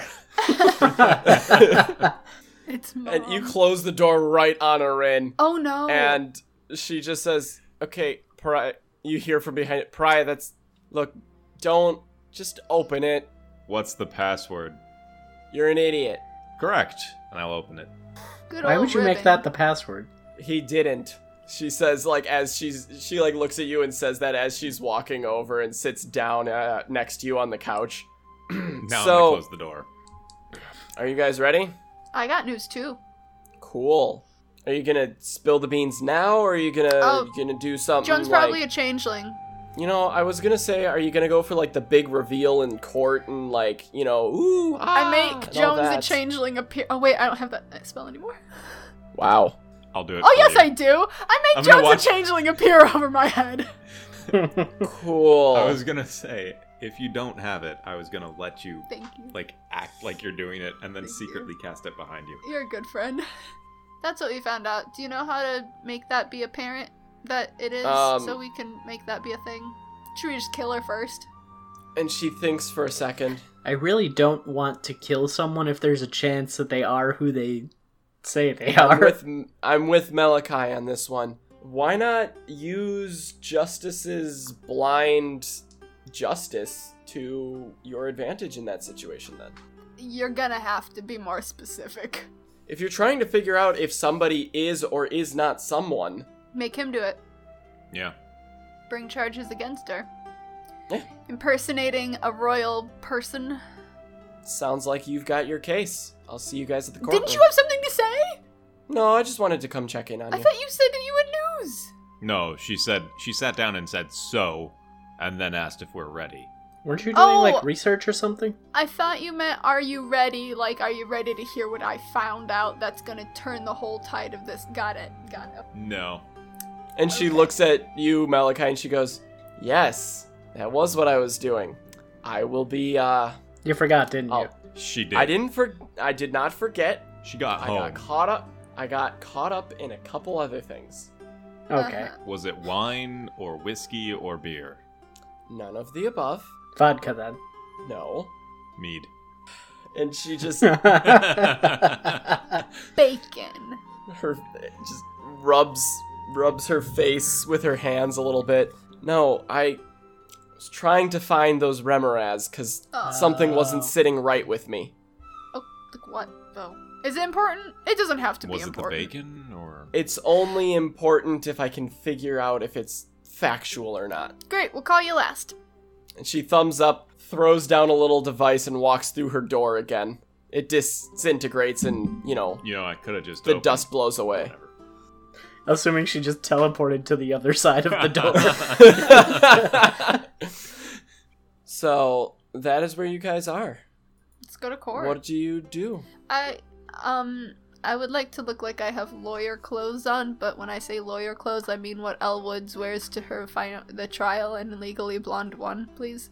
D: It's mom.
A: And you close the door right on her in.
D: oh no.
A: And she just says, Okay, Pariah. You hear from behind it. Pariah, that's. Look, don't. Just open it.
C: What's the password?
A: You're an idiot.
C: Correct. And I'll open it.
D: Good
B: Why
D: old
B: would you make
D: ribbon.
B: that the password?
A: He didn't. She says, like, as she's. She, like, looks at you and says that as she's walking over and sits down uh, next to you on the couch.
D: Hmm.
C: Now
A: So-
C: I'm gonna close the door.
A: Are you guys ready?
D: I got news too.
A: Cool. Are you gonna spill the beans now, or are you gonna
D: Oh,
A: you gonna do something?
D: Joan's
A: like,
D: probably a changeling.
A: You know, I was gonna say, are you gonna go for like the big reveal in court and like, you know, ooh, ah,
C: Oh.
D: I make
A: and all
D: Jones the
A: that?
D: changeling appear. Oh wait, I don't have that spell anymore.
A: Wow.
C: I'll do it.
D: Oh
C: for
D: yes,
C: you.
D: I do. I
C: I'm
D: make
C: gonna
D: Jones
C: watch-
D: the changeling appear over my head.
A: Cool.
C: I was gonna say, if you don't have it, I was gonna let you
D: Thank you.
C: like act like you're doing it and then
D: Thank you.
C: secretly cast it behind you.
D: You're a good friend. That's what we found out. Do you know how to make that be apparent that it is
A: Um,
D: so we can make that be a thing? Should we just kill her first?
A: and she thinks for a second.
B: I really don't want to kill someone if there's a chance that they are who they say they
A: I'm
B: are.
A: with I'm with Malachi on this one. Why not use Justice's blind justice to your advantage in that situation then.
D: You're gonna have to be more specific.
A: If you're trying to figure out if somebody is or is not someone,
D: Make him do it.
C: Yeah.
D: Bring charges against her.
A: Yeah.
D: Impersonating a royal person.
A: sounds like you've got your case. I'll see you guys at the courtroom.
D: Didn't you have something to say?
A: No, I just wanted to come check in on
D: I
A: you.
D: thought you said that you had news.
C: No, she said she sat down and said so, and then asked if we're ready.
B: Weren't you doing
D: Oh.
B: like research or something?
D: I thought you meant, are you ready? Like, are you ready to hear what I found out that's gonna turn the whole tide of this? Got it. Got it.
C: No.
A: and she
D: okay.
A: looks at you, Malachi, and she goes, "Yes, that was what I was doing. I will be. uh
B: You forgot, didn't
A: I'll-
B: you?
C: She did.
A: I didn't for. I did not forget.
C: She got
A: I
C: home.
A: got caught up. I got caught up in a couple other things.
B: Okay.
D: Uh-huh.
C: Was it wine or whiskey or beer?
A: None of the above.
B: Vodka then.
A: No."
C: Mead.
A: And she just
D: Bacon.
A: her just rubs rubs her face with her hands a little bit. No, I was trying to find those remoras because
D: Oh.
A: something wasn't
B: Oh.
A: sitting right with me.
D: Like, what, though? Is it important? It doesn't have to
C: Was
D: be
C: it
D: important.
C: the bacon or
A: It's only important if I can figure out if it's factual or not.
D: Great, we'll call you last.
A: And she thumbs up, throws down a little device, and walks through her door again. It disintegrates, and you know
C: you know, I could have just
A: the
C: opened-
A: dust blows away.
C: Whatever.
B: Assuming she just teleported to the other side of the door.
A: so that is where you guys are.
D: Let's go to court.
A: What do you do?
D: I um I would like to look like I have lawyer clothes on, but when I say lawyer clothes, I mean what Elle Woods wears to her final the trial in Legally Blonde One, please.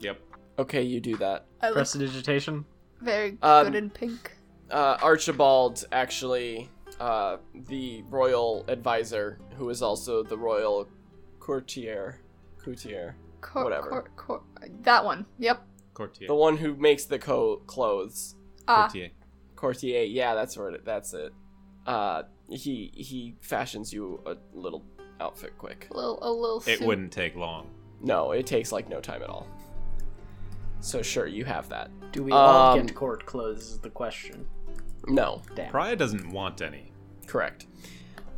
C: Yep.
A: Okay, you do that.
D: I look
B: Prestidigitation.
D: very
A: Um,
D: good in pink.
A: Uh, Archibald, actually, uh, the royal advisor, who is also the royal courtier, courtier,
D: Cor-
A: whatever.
D: Cor- cor- that one. Yep.
C: Courtier.
A: the one who makes the co- clothes,
D: Ah,
C: Courtier.
A: courtier. Yeah, that's what it. That's it. Uh, he he fashions you a little outfit quick.
D: a little, a little.
C: It
D: suit.
C: wouldn't take long.
A: No, it takes like no time at all. So sure, you have that.
B: Do we all
A: Um,
B: get court clothes is the question.
A: No,
B: Damn.
C: Priya doesn't want any.
A: Correct.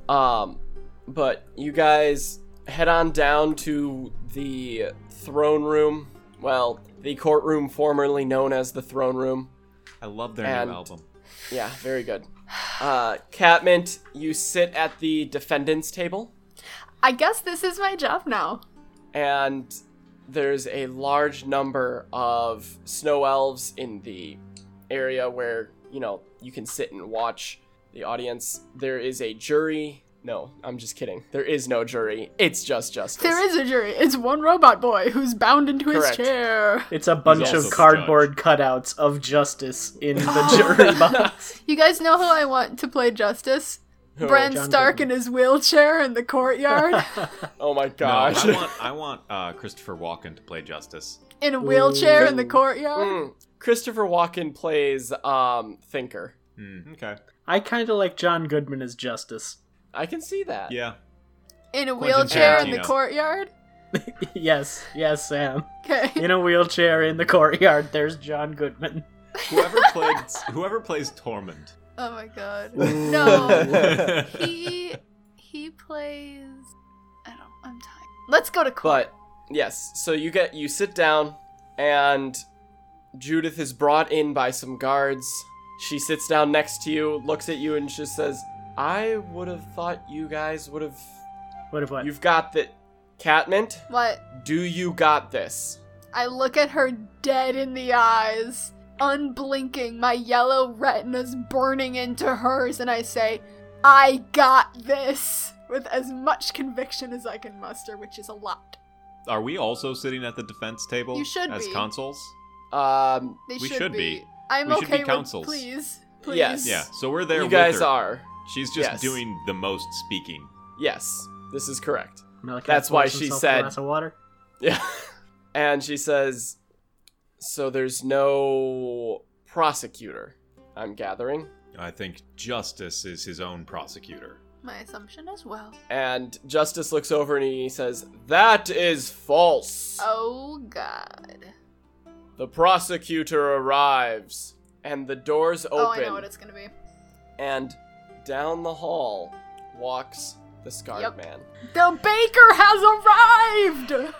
A: Um, but you guys head on down to the throne room. Well, the courtroom formerly known as the throne room.
C: I love their
A: And-
C: new album.
A: Yeah, very good. Uh, Catmint, you sit at the defendant's table,
D: I guess this is my job now.
A: and there's a large number of snow elves in the area where, you know, you can sit and watch the audience. There is a jury. No, I'm just kidding. There is no jury. It's just justice.
D: There is a jury. It's one robot boy who's bound into
A: Correct.
D: his chair.
B: It's a bunch
C: also
B: of
C: the
B: cardboard cutouts of justice in the jury box.
D: You guys know who I want to play justice?
A: Who?
D: Bran
B: John
D: Stark
B: Goodman.
D: in his wheelchair in the courtyard.
A: Oh my
C: No,
A: gosh.
C: I want I want uh, Christopher Walken to play Justice.
D: in a wheelchair in the
B: Ooh.
D: courtyard.
A: Mm. Christopher Walken plays um Thinker.
C: Hmm, okay.
B: I kind of like John Goodman as justice.
A: I can see that.
C: Yeah.
D: In a
C: Quentin
D: wheelchair in the
C: Tarantino.
D: courtyard.
B: yes, yes, Sam.
D: Okay.
B: In a wheelchair in the courtyard, there's John Goodman.
C: Whoever played whoever plays Tormund.
D: Oh my god. No.
A: No.
D: He he plays I don't I'm tired. Let's go to court.
A: But yes, so you get you sit down and Judith is brought in by some guards. She sits down next to you, looks at you and just says, "I would have thought you guys would have
B: What if what?
A: You've got that Catmint,
D: What?
A: do you got this?"
D: I look at her dead in the eyes, unblinking, my yellow retinas burning into hers, and I say, I got this with as much conviction as I can muster, which is a lot.
C: Are we also sitting at the defense table
D: You should
C: as
D: be.
C: consuls?
A: Um
D: They
C: We
D: should,
C: should
D: be.
C: be.
D: I'm
C: We should be
D: okay with
C: counsels.
D: please. Please.
A: Yes.
C: Yeah. So we're there
A: you
C: with
A: guys
C: her.
A: are.
C: She's just
A: Yes.
C: doing the most speaking.
A: Yes. This is correct.
B: Malachi
A: That's why
B: pours
A: she
B: himself a
A: said-
B: glass of water.
A: Yeah. And she says, So there's no prosecutor, I'm gathering.
C: I think Justice is his own prosecutor.
D: My assumption as well.
A: And Justice looks over and he says, That is false.
D: Oh god.
A: The prosecutor arrives. And the doors open.
D: Oh, I know what it's gonna be.
A: and down the hall walks the Scarred
D: Yep.
A: Man.
D: The baker has arrived!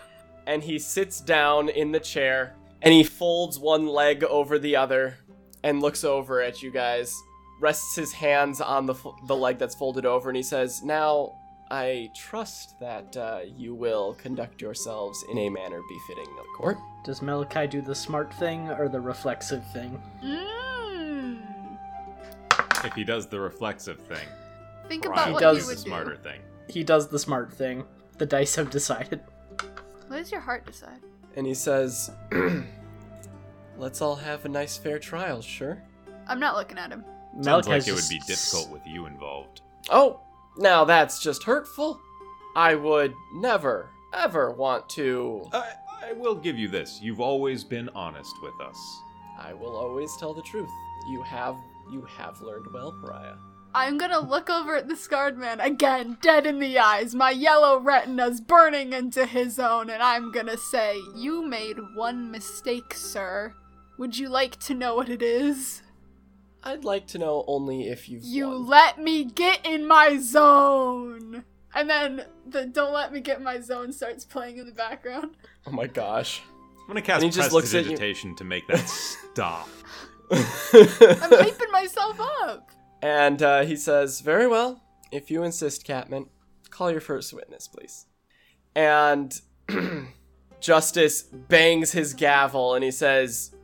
A: and he sits down in the chair and he folds one leg over the other and looks over at you guys rests his hands on the, f- the leg that's folded over and he says now i trust that uh, you will conduct yourselves in a manner befitting the court
B: Does Malachi do the smart thing or the reflexive thing?
D: Mmm.
C: If he does the reflexive thing,
D: Think
C: Brian
D: about what
B: does
D: you
C: the
D: would
C: smarter thing.
B: He does the smart thing. The dice have decided.
D: do. What does your heart decide?
A: and he says let's all have a nice fair trial sure
D: I'm not looking at him.
C: Sounds like
B: Malachi's
C: it would
B: just-
C: be difficult with you involved.
A: Oh, now that's just hurtful i would never ever want to
C: I, I will give you this. You've always been honest with us.
A: I will always tell the truth. You have you have learned well, Pariah.
D: I'm gonna look over at the scarred man again, dead in the eyes, my yellow retina's burning into his own, and I'm gonna say, You made one mistake, sir. Would you like to know what it is?
A: I'd like to know only if you've
D: You
A: won.
D: let me get in my zone! And then the Don't Let Me Get in My Zone starts playing in the background.
A: oh my gosh.
C: I'm gonna cast
A: And he just looks at you-
C: prestidigitation to make that stop.
D: I'm hyping myself up!
A: and uh, he says, "Very well. If you insist, Catman, call your first witness, please." And Justice bangs his gavel and he says,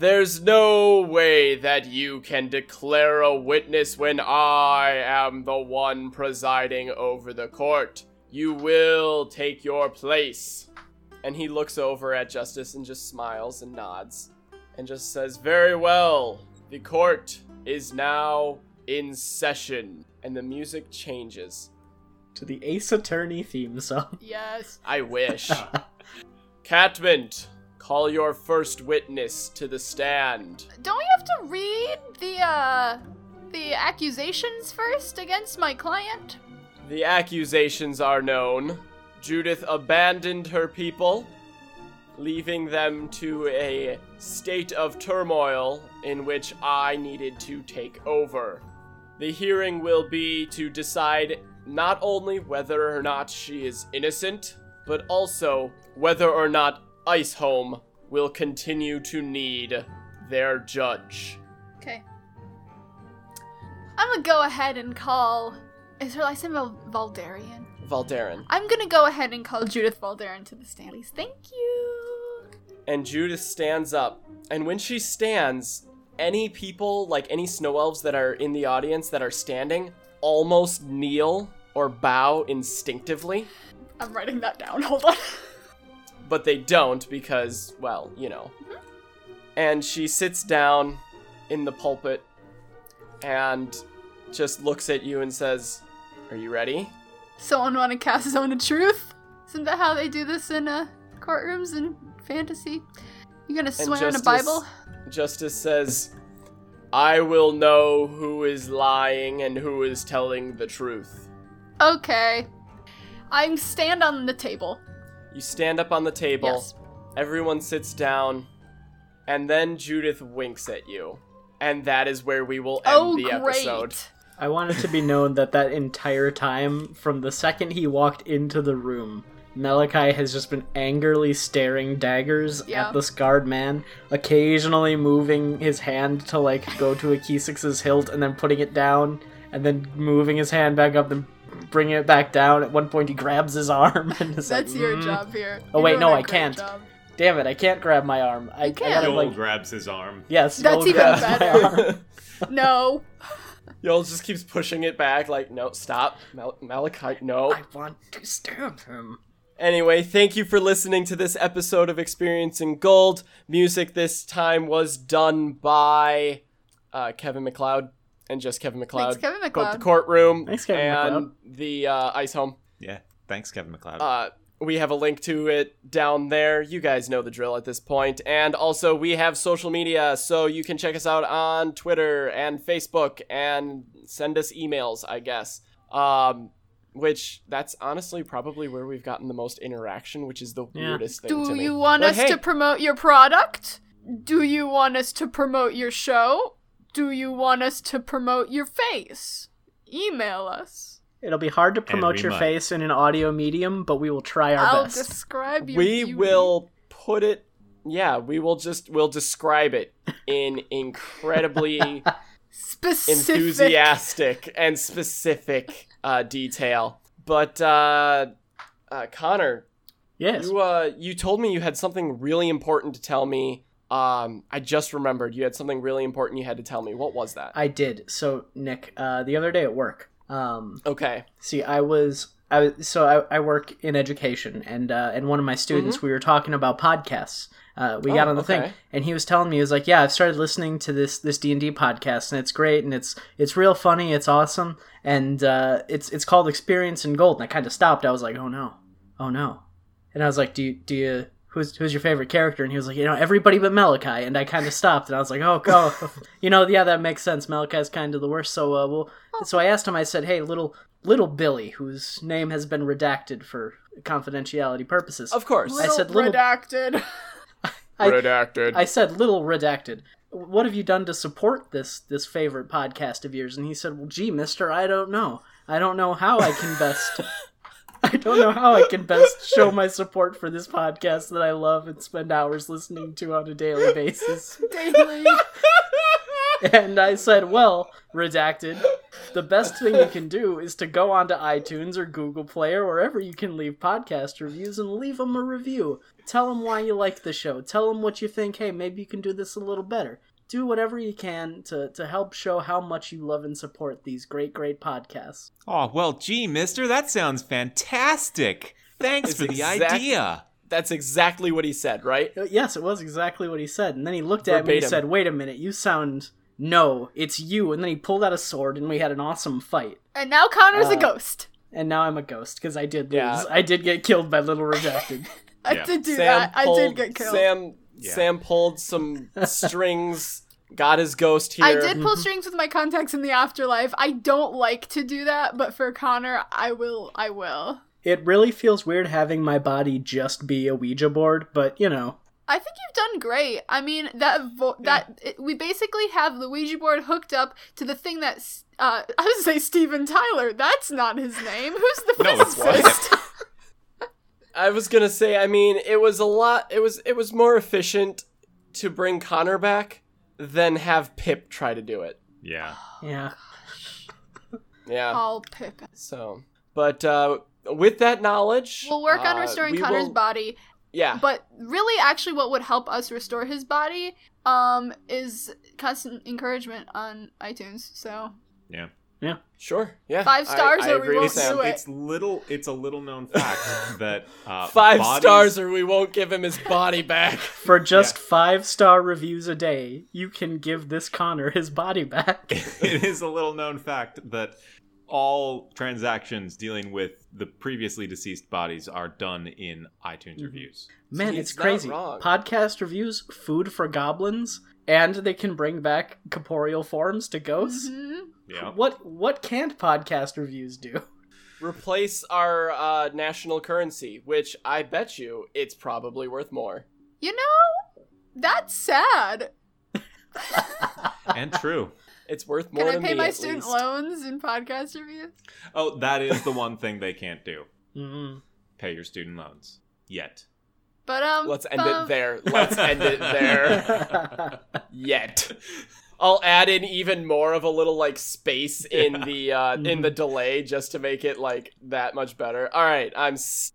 A: "There's no way that you can declare a witness when I am the one presiding over the court. You will take your place." And he looks over at Justice and just smiles and nods and just says, Very well, the court is now in session. And the music changes.
B: to the Ace Attorney theme song.
D: Yes.
A: I wish. Catmint, call your first witness to the stand.
D: Don't we have to read the, uh, the accusations first against my client?
A: The accusations are known. Judith abandoned her people, leaving them to a state of turmoil in which I needed to take over. The hearing will be to decide not only whether or not she is innocent, but also whether or not Iceholm will continue to need their judge.
D: Okay. I'm gonna go ahead and call. Is her last name Val- Valdarian?
A: Valderin.
D: I'm gonna go ahead and call Judith Valdarian to the Stanleys. Thank you.
A: and Judith stands up. And when she stands, any people, like any snow elves that are in the audience that are standing, almost kneel or bow instinctively,
D: I'm writing that down. Hold on.
A: but they don't because, well, you know. And she sits down in the pulpit and just looks at you and says, Are you ready?
D: Someone wanna cast Zone of Truth? Isn't that how they do this in uh, courtrooms and fantasy? You gonna
A: And
D: swear on a Bible?
A: Justice says, I will know who is lying and who is telling the truth.
D: Okay. I'm stand on the table.
A: You stand up on the table.
D: Yes.
A: Everyone sits down, and then Judith winks at you. And that is where we will end
D: Oh,
A: the
D: great.
A: episode.
B: I want it to be known that that entire time, from the second he walked into the room, Malachi has just been angrily staring daggers
D: Yeah.
B: at the scarred man, occasionally moving his hand to like go to a key six's hilt and then putting it down, and then moving his hand back up and bringing it back down. At one point, he grabs his arm and is
D: That's
B: like,
D: your
B: "Mm,
D: job here.
B: Oh,
D: You're
B: wait,
D: doing
B: no,
D: a
B: I
D: great
B: can't.
D: job.
B: Damn it! I can't grab my arm. I, I
D: can't.
B: gotta
C: Joel
B: like
C: grabs his arm.
B: yes.
D: That's
B: Joel
D: even
B: grabs my
D: better.
B: arm.
D: No.
A: Y'all just keeps pushing it back, like, no, stop. Mal- Malachi, no.
B: I want to stab him.
A: Anyway, thank you for listening to this episode of Experiencing Gold. Music this time was done by uh, Kevin McLeod and just Kevin McLeod.
D: Thanks, Kevin
A: Both the
D: McLeod.
A: courtroom
B: Thanks, Kevin
A: and
B: MacLeod.
A: the uh, ice home.
C: Yeah. Thanks, Kevin McLeod.
A: Uh, we have a link to it down there. You guys know the drill at this point. And also, we have social media, so you can check us out on Twitter and Facebook and send us emails, I guess. Um, which that's honestly probably where we've gotten the most interaction, which is the
B: Yeah.
A: weirdest thing to
D: Do
A: me.
D: you want
A: Like,
D: us
A: hey,
D: to promote your product? Do you want us to promote your show? Do you want us to promote your face? Email us.
B: It'll be hard to promote
C: we
B: your
C: might.
B: face in an audio medium, but we will try our
D: I'll
B: best.
D: describe your
A: we
D: beauty.
A: will put it yeah we will just we'll describe it in incredibly
D: specific
A: enthusiastic and specific uh, detail but uh, uh, connor
B: Yes.
A: you uh, you told me you had something really important to tell me um, i just remembered you had something really important you had to tell me what was that
B: I did. So, Nick, uh, the other day at work, um,
A: okay
B: see, I was, I was, so I, I work in education, and uh, and one of my students, we were talking about podcasts. Uh, we got
A: Oh,
B: on the
A: okay.
B: thing, and he was telling me, he was like, "Yeah, I've started listening to this this D and D podcast, and it's great, and it's it's real funny, it's awesome, and uh, it's it's called Experience in Gold." And I kind of stopped. I was like, "Oh no, oh no," and I was like, "Do you do you?" Who's, who's your favorite character? And he was like, you know, everybody but Malachi. And I kind of stopped, and I was like, oh, go, you know, yeah, that makes sense. Malachi's kind of the worst. So, uh, well, so I asked him. I said, hey, little little Billy, whose name has been redacted for confidentiality purposes.
A: of course
D: Little
B: said little-
D: redacted.
B: I-
A: redacted
B: I said, "Little redacted. What have you done to support this this favorite podcast of yours?" And he said, "Well, gee, Mister, I don't know. I don't know how I can best. I don't know how I can best show my support for this podcast that I love and spend hours listening to on a daily basis."
D: Daily.
B: And I said, "Well, redacted. The best thing you can do is to go onto iTunes or Google Play or wherever you can leave podcast reviews and leave them a review. Tell them why you like the show. Tell them what you think. Hey, maybe you can do this a little better. Do whatever you can to to help show how much you love and support these great, great podcasts.
C: Oh, well, gee, mister, that sounds fantastic. Thanks
A: It's
C: for the
A: exact-
C: idea.
A: that's exactly what he said right
B: Uh, Yes, it was exactly what he said. And then he looked at me and he
A: Verbatim.
B: said, "Wait a minute, you sound." No, it's you. And then he pulled out a sword, and we had an awesome fight.
D: and now Connor's
B: Uh,
D: a ghost.
B: and now I'm a ghost because I did lose.
A: Yeah.
B: I did get killed by Little Redacted.
D: I
C: Yeah.
D: did do
A: Sam
D: that. I
A: pulled,
D: did get killed.
A: Sam
C: Yeah.
A: Sam pulled some strings, got his ghost here. Mm-hmm.
D: I did pull strings with my contacts in the afterlife. I don't like to do that, but for Connor, I will. I will.
B: it really feels weird having my body just be a Ouija board, but you know,
D: I think you've done great. I mean, that vo- that it, we basically have the Ouija board hooked up to the thing that's. Uh, I would say Steven Tyler. That's not his name. Who's the
C: No, it's
D: physicist?
A: I was gonna say, I mean, it was a lot. It was it was more efficient to bring Connor back than have Pip try to do it.
C: Yeah.
B: yeah.
A: Yeah.
D: I'll pick.
A: So, but uh, with that knowledge,
D: We'll work on
A: uh,
D: restoring
A: we
D: Connor's
A: will-
D: body,
A: Yeah.
D: but really, actually, what would help us restore his body um, is constant encouragement on iTunes. So
A: Sure. Yeah.
D: Five
A: I-
D: stars
A: I
D: or we
A: agree with
D: won't
A: Sam.
D: do it.
C: It's little. It's a little known fact that uh,
A: Five
C: bodies-
A: stars or we won't give him his body back.
B: For just
C: Yeah.
B: five star reviews a day, you can give this Connor his body back.
C: it is a little known fact that all transactions dealing with the previously deceased bodies are done in iTunes reviews.
B: Man,
A: He's
B: it's
A: not
B: crazy.
A: wrong.
B: Podcast reviews, food for goblins, and they can bring back corporeal forms to ghosts.
D: mhm.
A: Mm-hmm.
C: Yeah.
B: What what can't podcast reviews do?
A: Replace our uh, national currency, which I bet you it's probably worth more.
D: You know, that's sad.
C: and true.
A: It's worth more
D: Can I
A: to
D: pay
A: me,
D: my
A: at
D: student
A: least.
D: loans in podcast reviews?
C: Oh, that is the one thing they can't do:
B: Mm.
C: pay your student loans yet.
D: But um,
A: Let's end
D: bum-
A: it there. Let's end it there. Yet. I'll add in even more of a little like space in the uh in the delay just to make it like that much better. All right, I'm s-